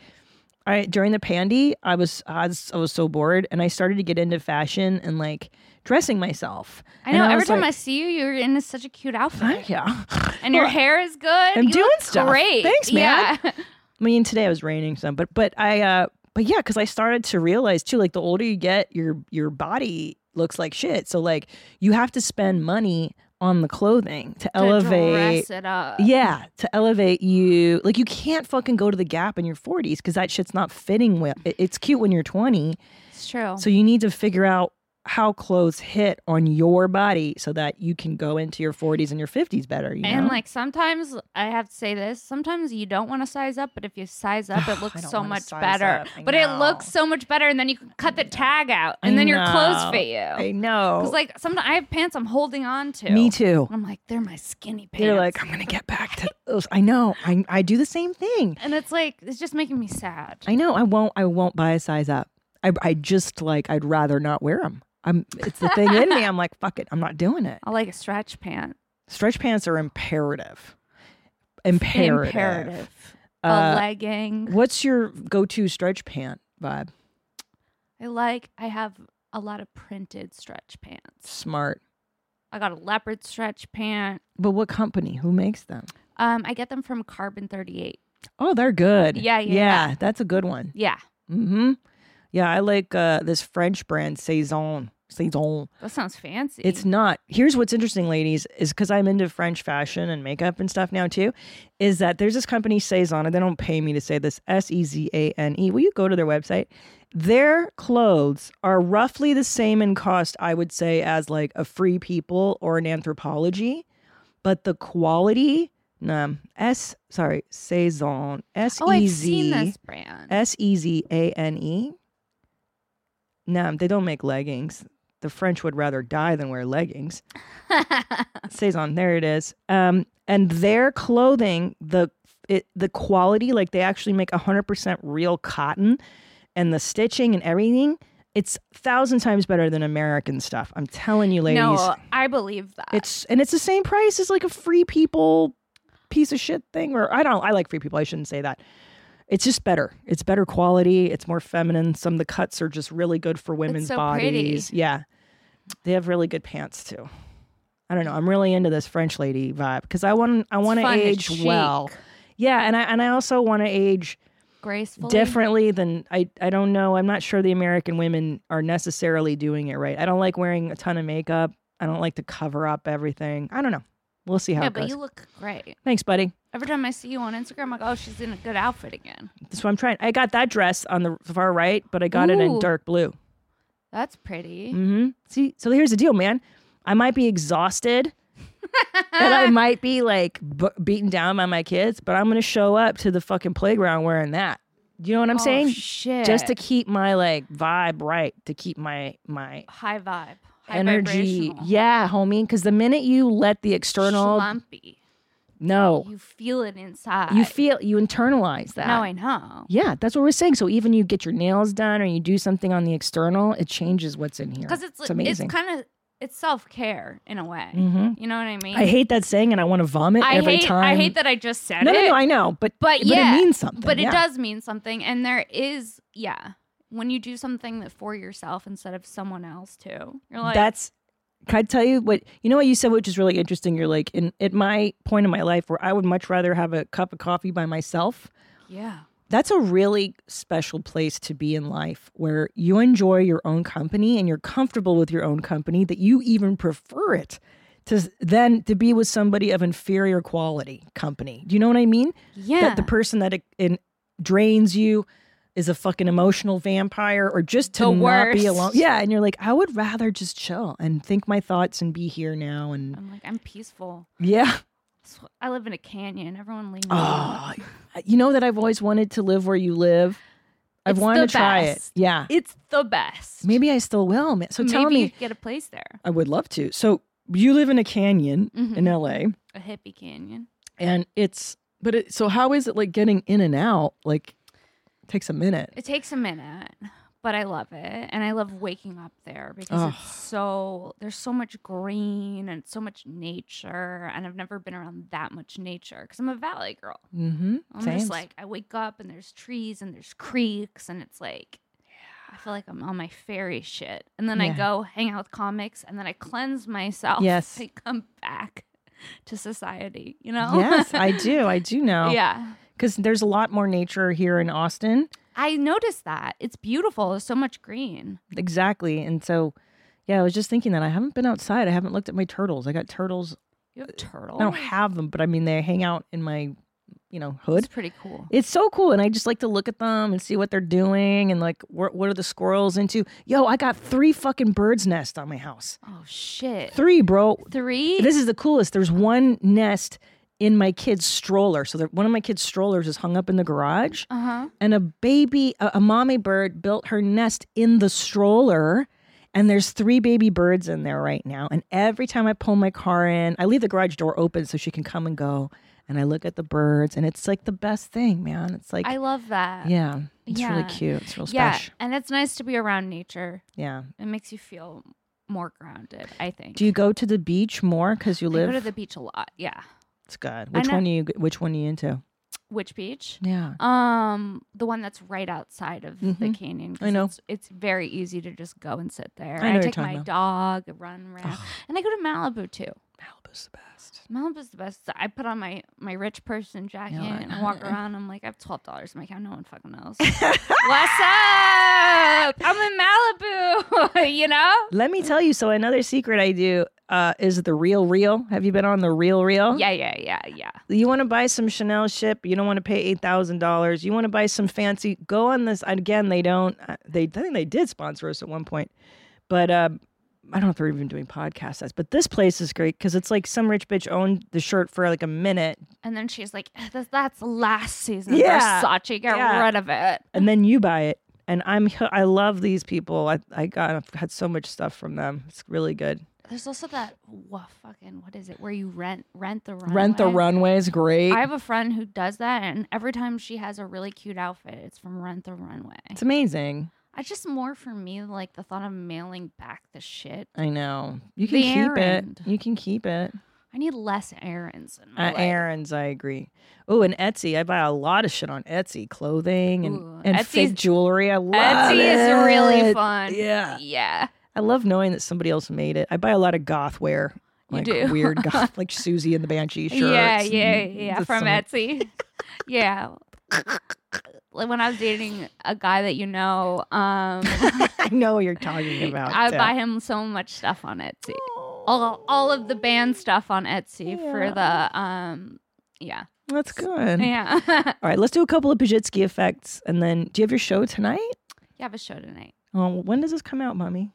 I during the pandy I was, I was I was so bored and I started to get into fashion and like dressing myself.
I know.
And
every
was *laughs*
time I
like,
see you, you're in such a cute outfit.
yeah,
And your hair is good.
I'm
You
doing
look
stuff.
Great.
Thanks, man. *laughs*
Yeah.
I mean, today it was raining some, but but I uh but yeah, because I started to realize too, like the older you get, your your body looks like shit. So like you have to spend money on the clothing to, elevate.
Dress it up.
Yeah, to elevate you. Like you can't fucking go to the Gap in your 40s because that shit's not fitting well. It- It's cute when you're 20.
It's true.
So you need to figure out how clothes hit on your body so that you can go into your 40s and your 50s better. You
and
know?
like sometimes I have to say this. Sometimes you don't want to size up, but if you
*sighs*
size up, it looks
don't
so
wanna
much
size
better.
up. I
But it
know.
looks so much better, and then you can cut the tag out,
I
and then your clothes
know.
fit you.
I know.
Because like sometimes I have pants I'm holding on to.
Me too.
I'm like they're my skinny pants.
You're like, I'm gonna get back to those. I know. I I do the same thing.
and it's like it's just making me sad.
I know. I won't. I won't buy a size up. I I just like. I'd rather not wear them. I'm. It's the thing in me. I'm like, fuck it. I'm not doing it.
I like a stretch pant.
Stretch pants are imperative. Imperative.
Imperative.
Uh,
a legging.
What's your go-to stretch pant vibe?
I like I have a lot of printed stretch pants.
Smart.
I got a leopard stretch pant.
But what company? Who makes them?
Um, I get them from Carbon 38.
Oh, they're good.
Yeah, yeah,
yeah.
yeah.
That's a good one.
Yeah,
Mm-hmm. Yeah, I like uh, this French brand Saison. Saison.
that sounds fancy.
It's not. Here's what's interesting, ladies, is because I'm into French fashion and makeup and stuff now too, is that there's this company Saison, and they don't pay me to say this. S E Z A N E. Will you go to their website? Their clothes are roughly the same in cost, I would say, as like a Free People or an Anthropology, but the quality. Um, S sorry, Saison. S
oh,
E
I've seen
Z
this brand.
S E Z A N E. No, they don't make leggings. The French would rather die than wear leggings. Saison, there it is. Um, and their clothing, the it, the quality, like they actually make 100% real cotton, and the stitching and everything, it's thousand times better than American stuff. I'm telling you, ladies.
No, I believe that.
It's and it's the same price as like a free people piece of shit thing, or I don't. I like free people. I shouldn't say that. It's just better. It's better quality. It's more feminine. Some of the cuts are just really good for women's
so pretty.
bodies. Yeah, they have really good pants too. I don't know. I'm really into this French lady vibe because I want I want to
fun, it's
age well.
chic.
Yeah, and I and I also want to age
graceful.
differently than I I don't know. I'm not sure the American women are necessarily doing it right. I don't like wearing a ton of makeup. I don't like to cover up everything. I don't know. We'll see how
Yeah,
it goes.
but you look great.
Thanks, buddy.
Every time I see you on Instagram, I'm like, oh, she's in a good outfit again.
That's what I'm trying. I got that dress on the far right, but I got it in
Ooh.
dark blue.
That's pretty.
hmm See, so here's the deal, man. I might be exhausted, and
*laughs*
I might be like b- beaten down by my kids, but I'm gonna show up to the fucking playground wearing that. You know what I'm
Oh,
saying?
shit.
Just to keep my like vibe right, to keep my my
High vibe. High
energy.
vibrational.
Yeah, homie. Because the minute you let the external,
Schlumpy.
no,
You feel it inside.
you feel you internalize that.
No, I know.
Yeah, that's what we're saying. So even you get your nails done or you do something on the external, it changes what's in here.
Because it's
it's
like-
amazing.
it's kind of it's self care in a way.
Mhm.
You know what I mean?
I hate that saying, and I want to vomit
I
every
hate,
time.
I hate that I just said
No,
it.
no, no. I know, but
But, yeah,
it means something.
But
yeah.
it does mean something, and there is yeah. When you do something that for yourself instead of someone else too, you're like
that's can I tell you what you know what you said, which is really interesting. You're like in at my point in my life where I would much rather have a cup of coffee by myself
yeah.
That's a really special place to be in life where you enjoy your own company and you're comfortable with your own company that you even prefer it to then to be with somebody of inferior quality company. Do you know what I mean?
Yeah.
That the person that it, it drains you is a fucking emotional vampire or just to
The
not be
worst.
alone. Yeah, and you're like, I would rather just chill and think my thoughts and be here now and
I'm like, I'm peaceful.
yeah.
So- I live in a canyon. Everyone leaves.
Oh, you know that I've always wanted to live where you live. I've
It's
wanted
the
to try
best.
it. Yeah.
It's the best.
Maybe I still will. man. So
Maybe
tell
you
me,
could get a place there.
I would love to. So you live in a canyon in
Mhm.
LA,
A hippie canyon.
and it's but it, so how is it like getting in and out? Like takes a minute.
It takes a minute, but I love it. And I love waking up there because
Ugh.
it's so, there's so much green and so much nature. And I've never been around that much nature because I'm a valley girl.
Mm-hmm.
I'm just like, I wake up and there's trees and there's creeks. And it's like, I feel like I'm on my fairy shit. And then
Yeah.
I go hang out with comics and then I cleanse myself. *laughs*
Yes.
I come back to society, you know?
yes,
*laughs*
I do. I do *laughs* know.
Yeah.
because there's a lot more nature here in Austin.
I noticed that. It's beautiful. There's so much green.
Exactly, and so yeah, I was just thinking that I haven't been outside. I haven't looked at my turtles. I got turtles.
You have turtles.
Uh, I don't have them, but I mean they hang out in my you know hood.
It's pretty cool.
It's so cool, and I just like to look at them and see what they're doing, and like what what are the squirrels into? Yo, I got three fucking birds' nests on my house.
Oh shit.
Three, bro.
Three.
This is the coolest. There's one nest in my kid's stroller. So there- one of my kid's strollers is hung up in the garage,
Uh huh.
and a baby, a, a mommy bird, built her nest in the stroller. And there's three baby birds in there right now. And every time I pull my car in, I leave the garage door open so she can come and go. And I look at the birds, and it's like the best thing, man. It's like
I love that.
yeah, it's really
Uh, Yeah.
cute. It's real
Yeah,
special.
and it's nice to be around nature.
Yeah.
It makes you feel more grounded. I think.
Do you go to the beach more because you
I go to
live?
the beach a lot. Yeah.
it's good.
I
Which
know-
one are you? Which one are you into?
Which beach?
Yeah.
Um, the one that's right outside of the
Mhm.
canyon.
I
'cause
know.
It's, it's very easy to just go and sit there.
I know what you're
take
talking
my
about.
dog, run
*sighs*
around, and I go to Malibu too.
Malibu's the best.
Malibu's the best. I put on my my rich person jacket
Yeah, I
and
know.
I walk around. I'm like, I have twelve dollars in my account. No one
*laughs*
fucking knows. What's up? I'm in Malibu. *laughs* you know?
Let me tell you. So another secret I do uh, is the real real. Have you been on the real real?
Yeah, yeah, yeah, yeah.
You want to buy some Chanel shit, but you don't want to pay eight thousand dollars. You want to buy some fancy. Go on this again. They don't. uh, They I think they did sponsor us at one point, but um, I don't know if they're even doing podcasts. But this place is great because it's like some rich bitch owned the shirt for like a minute,
And then she's like, "Eh, "That's- "That's last season
Yeah,
Versace. Get
yeah.
rid of it."
and then you buy it. And I'm *laughs* I love these people. I I got I've had so much stuff from them. It's really good.
There's also that wha fucking what is it? Where you rent rent the runway.
Rent the runway is great.
I have a friend who does that, and every time she has a really cute outfit, it's from Rent the Runway.
it's amazing.
I just more for me like the thought of mailing back the shit.
I know. You can
The
keep
errand.
it. You can keep it.
I need less errands in my
Uh,
life.
errands, I agree. Oh, and Etsy. I buy a lot of shit on Etsy, clothing and,
Ooh,
and fake
Etsy's-
jewelry. I love
Etsy is really
it.
fun.
Yeah.
Yeah.
I love knowing that somebody else made it. I buy a lot of goth wear.
You
Like
do. *laughs*
weird goth, like Susie and the Banshee shirts.
yeah,
and
yeah, yeah.
just
From
some-
Etsy. yeah. Like when I was dating a guy that you know, um
*laughs* I know what you're talking about.
*laughs*
uh,
I
too.
would buy him so much stuff on Etsy. All all of the band stuff on Etsy for the um yeah.
That's good.
Yeah.
All right, let's do a couple of Pajitsky effects, and then do you have your show tonight?
*laughs* You have a show tonight.
Oh, when does this come out, mommy?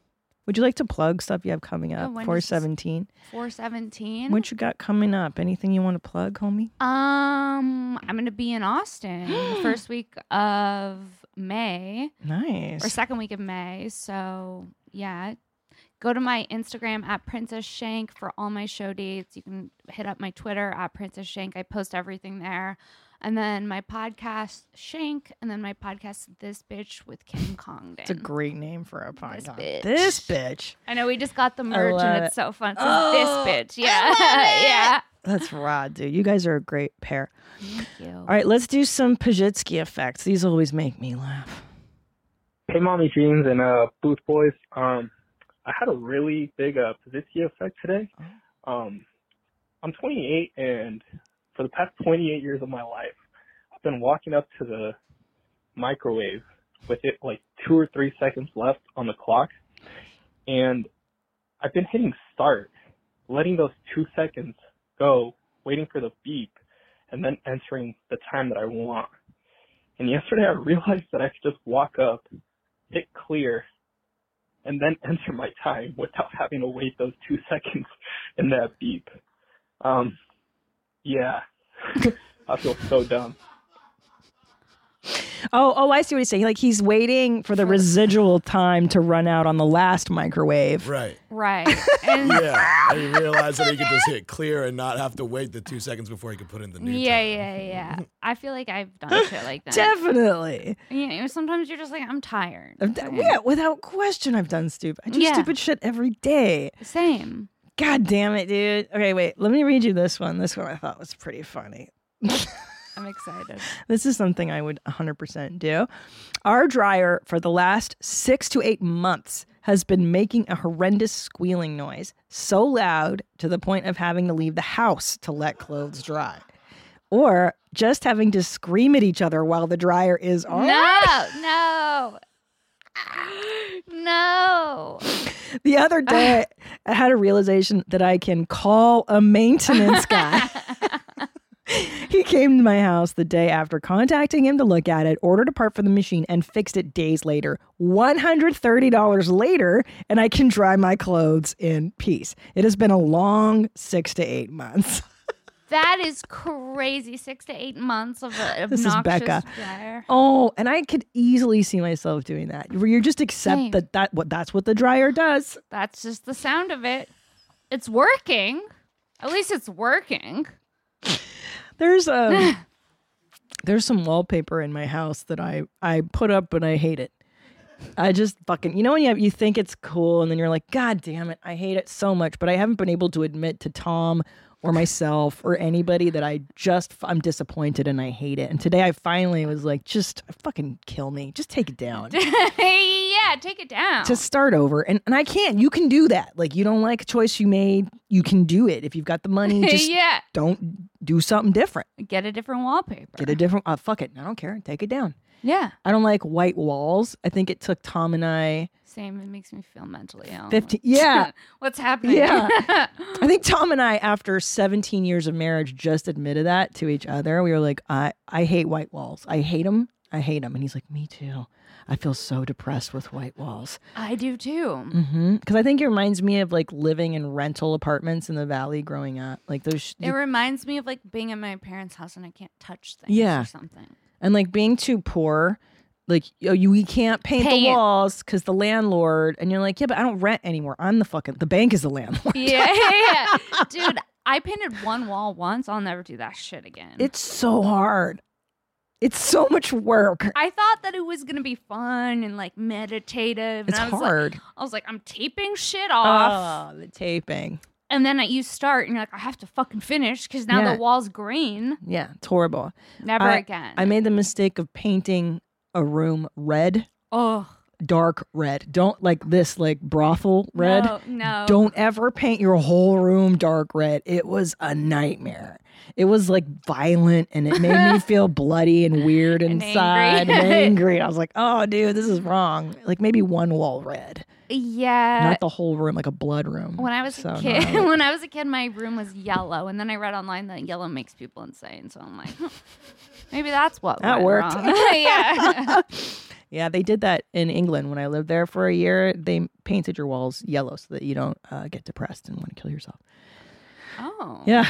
Would you like to plug stuff you have coming up?
Yeah, Oh, when does
Four
this-
seventeen.
Four seventeen.
What you got coming up? Anything you want to plug, homie?
Um, I'm gonna be
*gasps*
in Austin the first week of May or
Nice.
second week of May. So yeah, go to my Instagram at Princess Shank for all my show dates. You can hit up my Twitter at Princess Shank. I post everything there, and then my podcast Shank, and then my podcast This Bitch with
*laughs*
Kim Congdon.
It's a great name for a podcast.
bitch.
This bitch.
I know we just got the merch
love
and it's
it.
so fun. So
Oh,
this bitch, yeah, *laughs* yeah.
That's rad, dude. You guys are a great pair.
Thank you.
All right, let's do some Pajitsky effects. These always make me laugh.
Hey, mommy jeans and uh, booth boys. Um, I had a really big uh, Pazitsky effect today. Um, I'm 28, and for the past 28 years of my life, I've been walking up to the microwave with it like two or three seconds left on the clock. And I've been hitting start, letting those two seconds go, waiting for the beep, and then entering the time that I want. And yesterday I *laughs* realized that I could just walk up, hit clear, and then enter my time without having to wait those two *laughs* seconds in that beep. Um,
*laughs*
yeah. I feel so dumb.
Oh, oh, I see what he's saying. Like he's waiting for the residual time to run out on the last microwave.
Right.
Right.
*laughs*
And *laughs*
Yeah. And he realized that he could just hit clear and not have to wait the two seconds before he could put in the new.
yeah, yeah, yeah.
*laughs*
I feel like I've done shit like that.
Definitely.
Yeah, you know, sometimes you're just like, I'm tired.
I've done- yeah, without question, I've done stupid. I do
Mm. Yeah.
stupid shit every day.
Same.
God damn it, dude. Okay, wait. Let me read you this one. This one I thought was pretty funny.
I'm excited.
This is something I would 100% do. Our dryer for the last six to eight months has been making a horrendous squealing noise, so loud to the point of having to leave the house to let clothes dry, or just having to scream at each other while the dryer is on.
No, no. No.
The other day, I had a realization that I can call a maintenance guy. he came to my house the day after contacting him to look at it, ordered a part for the machine, and fixed it days later. $130 later, and I can dry my clothes in peace. It has been a long six to eight months. *laughs*
That is crazy. Six to eight months of an obnoxious
This is Becca.
dryer.
Oh, and I could easily see myself doing that. Where you just accept
Same.
that that what that's what the dryer does.
That's just the sound of it. It's working. At least it's working. *laughs*
There's um there's some wallpaper in my house that I I put up but I hate it. I just fucking you know when you have, you think it's cool and then you're like god damn it I hate it so much but I haven't been able to admit to Tom or myself or anybody that I just I'm disappointed and I hate it. And today I finally was like just fucking kill me. Just take it down.
yeah, take it down.
to start over and, and i can't you can do that like you don't like a choice you made you can do it if you've got the money
*laughs*
just
Yeah.
don't do something different
Get a different wallpaper.
get a different uh, fuck it i don't care take it down
Yeah.
i don't like white walls i think it took tom and i
Same. It makes me feel mentally ill.
15 yeah
*laughs* What's happening?
Yeah. i think tom and i after 17 years of marriage just admitted that to each other we were like i i hate white walls i hate them i hate them and he's like me too i feel so depressed with white walls
*laughs* I do too.
Mm-hmm. Because I think it reminds me of like living in rental apartments in the valley growing up, like those. sh-
It reminds me of like being in my parents' house and I can't touch things
Yeah.
or something.
and like being too poor, like yo, you we can't paint
Paint.
the walls because the landlord, and you're like, yeah, but I don't rent anymore. I'm the fucking the bank is the *laughs* landlord.
Yeah, yeah, yeah. Dude, I painted one wall once. I'll never do that shit again.
It's so hard. It's so much work.
I thought that it was gonna be fun and like meditative.
It's
and I was
hard.
Like, I was like, I'm taping shit off,
Oh, the taping.
and then you start, and you're like, I have to fucking finish because now
Yeah.
the wall's green.
Yeah, it's horrible.
Never
I-
again.
I made the mistake of painting a room red.
Oh,
dark red. Don't like this like brothel red.
No, no.
Don't ever paint your whole room dark red. It was a nightmare. It was like violent and it made me feel bloody and weird inside and angry. I was like, "Oh, dude, this is wrong." Like maybe one wall red,
yeah.
not the whole room, like a blood room.
When I was
So,
a
no,
kid,
like-
*laughs* when I was a kid, my room was yellow, and then I read online that yellow makes people insane. So I'm like, *laughs* "Huh, maybe that's what
That
went
worked.
wrong." *laughs*
*laughs*
yeah,
yeah, they did that in England when I lived there for a year. They painted your walls yellow so that you don't uh, get depressed and want to kill yourself.
Oh.
Yeah.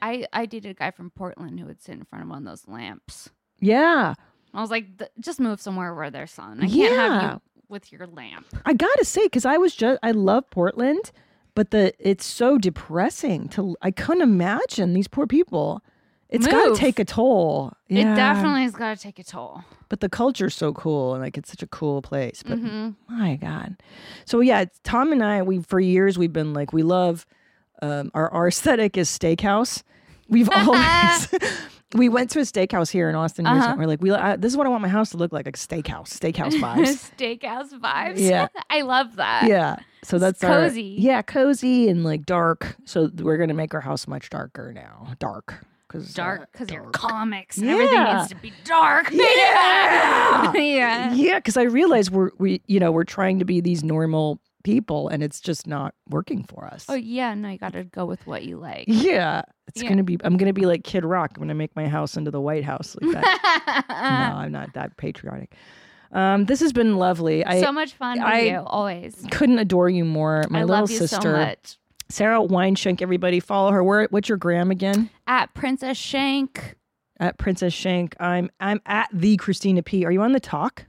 I, I dated a guy from Portland who would sit in front of one of those lamps.
Yeah.
I was like, "Th- just move somewhere where there's sun. I can't
Yeah.
have you with your lamp.
I gotta say, because I was just I love Portland, but the it's so depressing to I couldn't imagine these poor people. It's gotta
Move.
take a toll. Yeah.
It definitely has got to take a toll.
But the culture's so cool and like it's such a cool place. But
Mhm.
my God. So yeah, it's- Tom and I, we for years we've been like we love um, our our aesthetic is steakhouse. We've always *laughs* we went to a steakhouse here in Austin. years
Uh-huh.
ago. We're like we I, this is what I want my house to look like like steakhouse steakhouse vibes.
Steakhouse vibes.
Yeah.
*laughs* I love that.
yeah. So that's our-
uh, cozy.
yeah, cozy and like dark. So we're gonna make our house much darker now. Dark. Cause uh,
Dark *laughs* because your comics and everything
Yeah.
needs to be dark.
Yeah. *laughs* yeah, because I realize we're we you know we're trying to be these normal people, and it's just not working for us.
Oh yeah, no, you got to go with what you like. *laughs*
Yeah, it's
Yeah.
gonna be. I'm gonna be like Kid Rock. I'm gonna make my house into the White House like
*laughs*
that. no, I'm not that patriotic. Um, this has been lovely. I
so much fun with
I
you always.
couldn't adore you more. My
I
little
love you so
sister,
much.
Sarah Weinschenk. Everybody, follow her. Where? What's your gram again?
At Princess Shank,
At Princess Shank. I'm I'm at the Christina P. Are you on the talk?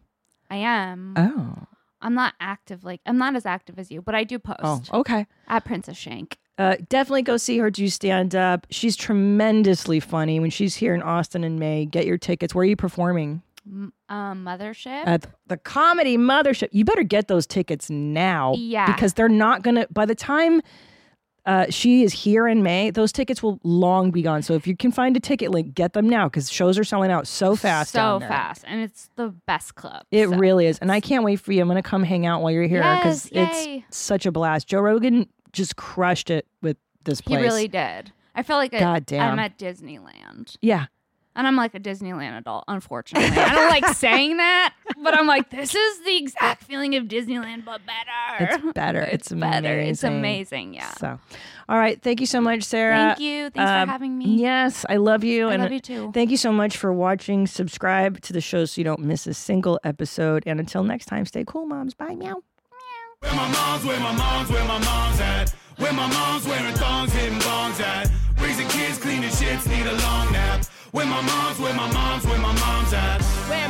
I am.
Oh.
I'm not active like I'm not as active as you, but I do post.
Oh, okay.
At Princess Shank.
Uh, definitely go see her do stand up. She's tremendously funny. When she's here in Austin in May, get your tickets. Where are you performing?
M- Um, mothership.
At the Comedy Mothership. You better get those tickets now.
Yeah.
Because they're not going to, by the time uh, she is here in May, those tickets will long be gone. So if you can find a ticket link, get them now because shows are selling out so fast.
so
down there.
fast, and it's the best club.
It really is. And I can't wait for you. I'm going to come hang out while you're here because
Yes, yay.
it's such a blast. Joe Rogan just crushed it with this
He
place.
really did. I feel like I-
God damn.
I'm at Disneyland.
Yeah.
And I'm like a Disneyland adult, unfortunately. I don't
*laughs*
like saying that, but I'm like, this is the exact feeling of Disneyland, but better. *laughs*
It's better. It's,
better.
Amazing.
It's amazing, yeah.
So, all right. Thank you so much, Sarah. Um,
Thank you. Thanks for having me.
Yes, I love you.
I
and
love you too.
Thank you so much for watching. Subscribe to the show so you don't miss a single episode. And until next time, stay cool, moms. Bye, meow.
Where my mom's, where my mom's, where my mom's at. Where my mom's wearing thongs, hitting bongs at. Raising kids, cleaning shits, need a long nap. Where my mom's, where my mom's, where my mom's at. Where